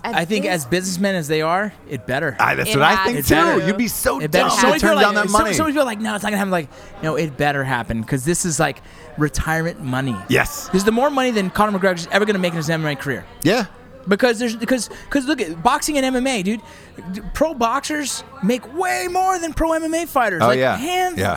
I think as businessmen as they are, it better. I, that's It what I think happens. too. It better. You'd be so it dumb better. to Somebody turn feel down like- that some- money. Some people are like, no, it's not gonna happen. Like, no, it better happen because this is like retirement money. Yes. This is the more money than Conor McGregor is ever gonna make in his MMA career. yeah, Because there's because because look at boxing and MMA, dude. D- Pro boxers make way more than pro MMA fighters. Oh, like yeah. hands Yeah.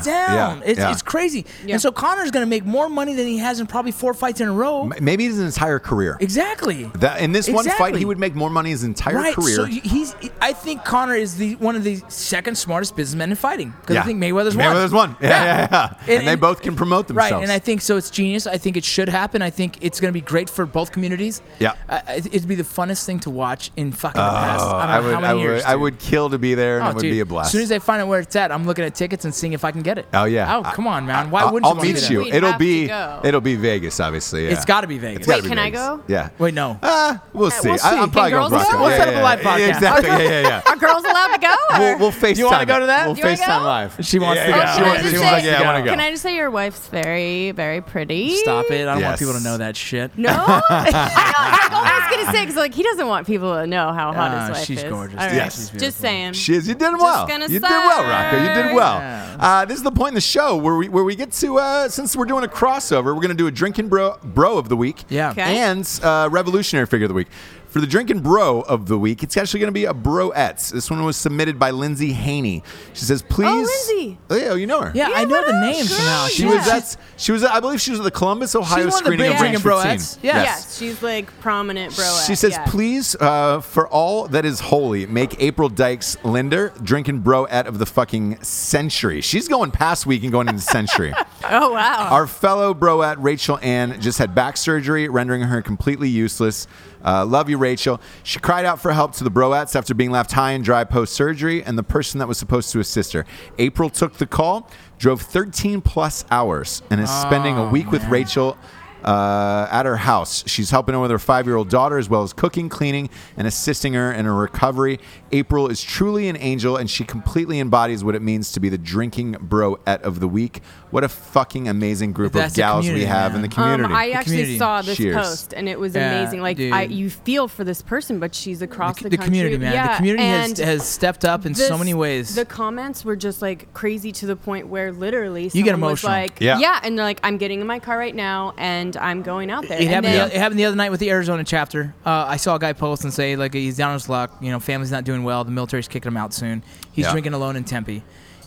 Yeah. down. It's, Yeah. it's crazy. Yeah. And so Conor's gonna make more money than he has in probably four fights in a row. M- maybe his entire career. Exactly. That in this one fight, Exactly. he would make more money his entire right. career. So y- he's. I think Connor is the one of the second smartest businessmen in fighting because yeah. I think Mayweather's one. Mayweather's one. Yeah, yeah, yeah. And, they both can promote themselves. Right, and I think so. It's genius. I think it should happen. I think it's going to be great for both communities. Yeah. I, I- it'd be the funnest thing to watch in fucking the past. Oh, I, don't know would, how many I would, years, I dude. would kill to be there, and Oh, it would dude, be a blast. As soon as I find out where it's at, I'm looking at tickets and seeing if I can get it. oh yeah. Oh I- come on, man. Why I- wouldn't I'll you wanna do meet that? you. We'd It'll have to be go. it'll be Vegas, obviously. Yeah. It's got to be Vegas. It's gotta Wait, be can I Vegas. go? Yeah. Wait, no. Uh, we'll see. we'll see. I, am Can probably girls gonna rock go? it. We'll Yeah, set yeah, up a live yeah. podcast. Exactly. Yeah, yeah, yeah. Are girls allowed to go? We'll, we'll FaceTime. you wanna go to that? We'll Do you wanna FaceTime go? live. She wants yeah, to go. Yeah, she Can I wants, just she wants, say- yeah, I want to go. Can I just say your wife's very, very pretty? Stop it. I don't want Yes. people to know that shit. No, I was gonna say because like he doesn't want people to know how hot Ah, his wife she's is. gorgeous. All right. Yes. She's just beautiful. saying. She is. You did well. gonna You did well, Rocco. You did well. Yeah. Uh, this is the point in the show where we where we get to uh, since we're doing a crossover, we're gonna do a drinking bro bro of the week. Yeah. Okay. And uh, revolutionary figure of the week. For the drinking bro of the week, it's actually going to be a broette. This one was submitted by Lindsay Haney. She says, "Please, Lindsay. Oh, yeah, you know her. Yeah, I know but the I'm name sure somehow. you she Yeah. was at. She was. At, I believe she was at the Columbus, Ohio one of the screening big of Range drinking broettes. 15. Yeah. Yes. she's like prominent bro. She says, "Please, uh, for all that is holy, make April Dykes Linder drinking bro at of the fucking century." She's going past week and going into century. Oh wow. Our fellow broette Rachel Ann just had back surgery, rendering her completely useless. Uh, love you, Rachel. She cried out for help to the broettes after being left high and dry post surgery, and the person that was supposed to assist her. April took the call, drove 13 plus hours, and is spending a week with Rachel uh, at her house. She's helping her with her five year old daughter, as well as cooking, cleaning, and assisting her in her recovery. April is truly an angel, and she completely embodies what it means to be the drinking broette of the week. What a fucking amazing group That's of the gals we community, have in man. uh, the community. Um, I actually community. saw this Cheers. post and it was Yeah, amazing. Like I, dude. you feel for this person, but she's across the, the country. community, man. Yeah, the community has, and has stepped up in so this- many ways. The comments were just like crazy to the point where literally You get someone was emotional. like, Yeah. yeah. and they're like, I'm getting in my car right now and I'm going out there. It and happened, then- the, it happened the other night with the Arizona chapter. Uh, I saw a guy post and say, like, he's down on his luck. You know, family's not doing well. The military's kicking him out soon. He's Yeah. drinking alone in Tempe.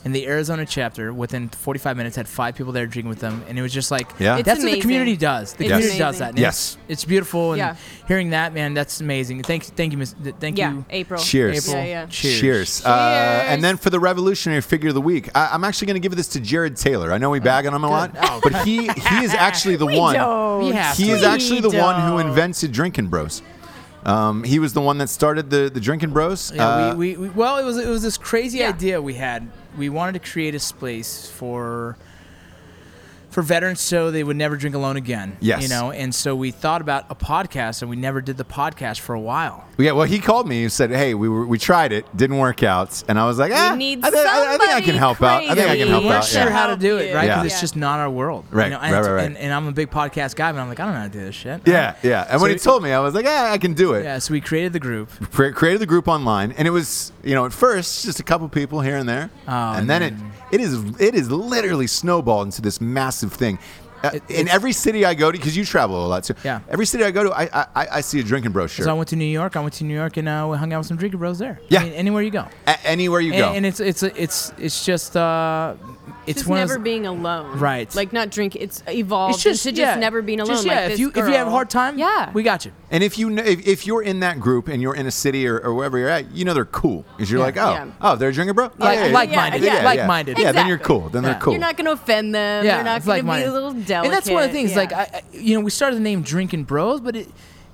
And the Arizona chapter, within 45 minutes, had five people there drinking with them. And it was just like, Yeah. It's that's what the amazing. community does. The It's community amazing. does that. And Yes. It's, it's beautiful. And Yeah. hearing that, man, that's amazing. Thank, thank you, Miss. th- Thank yeah, you. April. Cheers. April. Yeah, yeah. Cheers. Cheers. Uh, Cheers. and then for the revolutionary figure of the week, I, I'm actually going to give this to Jared Taylor. I know we Uh, bag on him a lot, but he he is actually the We one. don't. Oh, We have He to. is actually the We one who don't. invented Drinking Bros. Um, he was the one that started the, the Drinking Bros. Yeah, Uh, we, we, we, well, it was it was this crazy Yeah. idea we had. We wanted to create a space for for veterans so they would never drink alone again. Yes. You know, and so we thought about a podcast and we never did the podcast for a while. Yeah, well, he called me. He said, "Hey, we were, we tried it, didn't work out," and I was like, "Ah, need I, thi- I, I think I can somebody help out. I think I crazy." can we help weren't out." sure yeah. how to do it, right? Yeah. Because it's Yeah. just not our world. Right, You know, and, right, right, right. And, and I'm a big podcast guy, but I'm like, I don't know how to do this shit. yeah, yeah. And when So he it- told me, I was like, "Yeah, I can do it." Yeah, so we created the group. Cre- created the group online, and it was you know at first just a couple people here and there, Oh, and then it it is it is literally snowballed into this massive thing. Uh, in it's- every city I go to, because you travel a lot too. Yeah. Every city I go to, I I, I- I see a drinking bro shirt. So I went to New York. I went to New York and uh, we hung out with some drinker bros there. I Yeah. mean, anywhere you go. A- anywhere you And, go, and it's it's it's it's just uh, it's Just one never of those, being alone. Right. Like not drink. It's evolved It's just into yeah, just never being alone. Just, yeah, like if this you if you have a girl. hard time, yeah, we got you. And if you know, if, if you're in that group and you're in a city or, or wherever you're at, you know they're cool. Because you're Yeah. like, oh, Yeah. oh, they're a drinker, bro. Like- like-minded. yeah, yeah. Like-minded. Yeah, then you're Exactly. cool. Then Yeah. they're cool. You're not going to offend them. Yeah, You're not it's going like mine. to be a little delicate. And that's one of the things. yeah. Like I, I- you know, we started the name Drink and Bros, but it,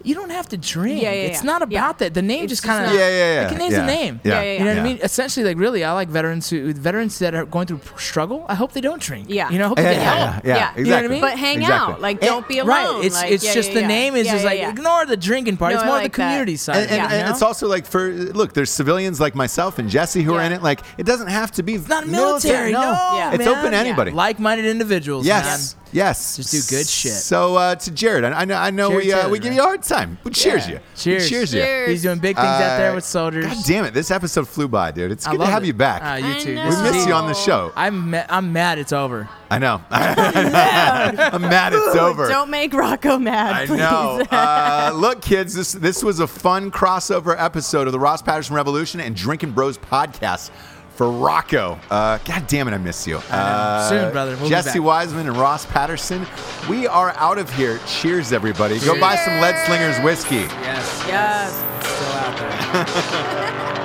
you don't have to drink. Yeah, yeah, it's yeah. not about Yeah. that. The name It's just just kind of not- Yeah, yeah, yeah. Like, a name's Yeah. a name. Yeah. Yeah, yeah, You know yeah. what I mean? Essentially, like really, I like veterans who veterans that are going through struggle. I hope they don't drink. Yeah. You know, I hope yeah, they yeah, get yeah, help. yeah, Yeah. exactly. You know what I mean? But hang Exactly. out. Like And- don't be alone. Right. It's like, it's yeah, just yeah, the yeah. name is Yeah, just yeah, like yeah. ignore the drinking part. No, it's I more like the that. community side. And, and, you and know? it's also like for look, there's civilians like myself and Jesse who are Yeah. in it. Like it doesn't have to be it's not military. No, Yeah. it's man. open to anybody. Like-minded individuals. Yes, man. yes. Just do good shit. So uh, to Jared, I, I know, I know Jared we uh, Taylor, we give right? you a hard time. We cheers Yeah. you. We Cheers. cheers you. Cheers. He's doing big things out there Uh, with soldiers. God damn it! This episode flew by, dude. It's I good to love have it. you back. Ah, you I too. know. This we is miss deep. you on the show. I'm ma- I'm mad. It's over. I know. I'm mad it's over. Don't make Rocco mad. I please. know. Uh, look, kids, this this was a fun crossover episode of the Ross Patterson Revolution and Drinking Bros podcast for Rocco. Uh, God damn it, I miss you. Uh, Soon, brother. We'll be Jesse back. Wiseman and Ross Patterson. We are out of here. Cheers, everybody. Go buy some Lead Slingers whiskey. Yes. Yes. Still out there.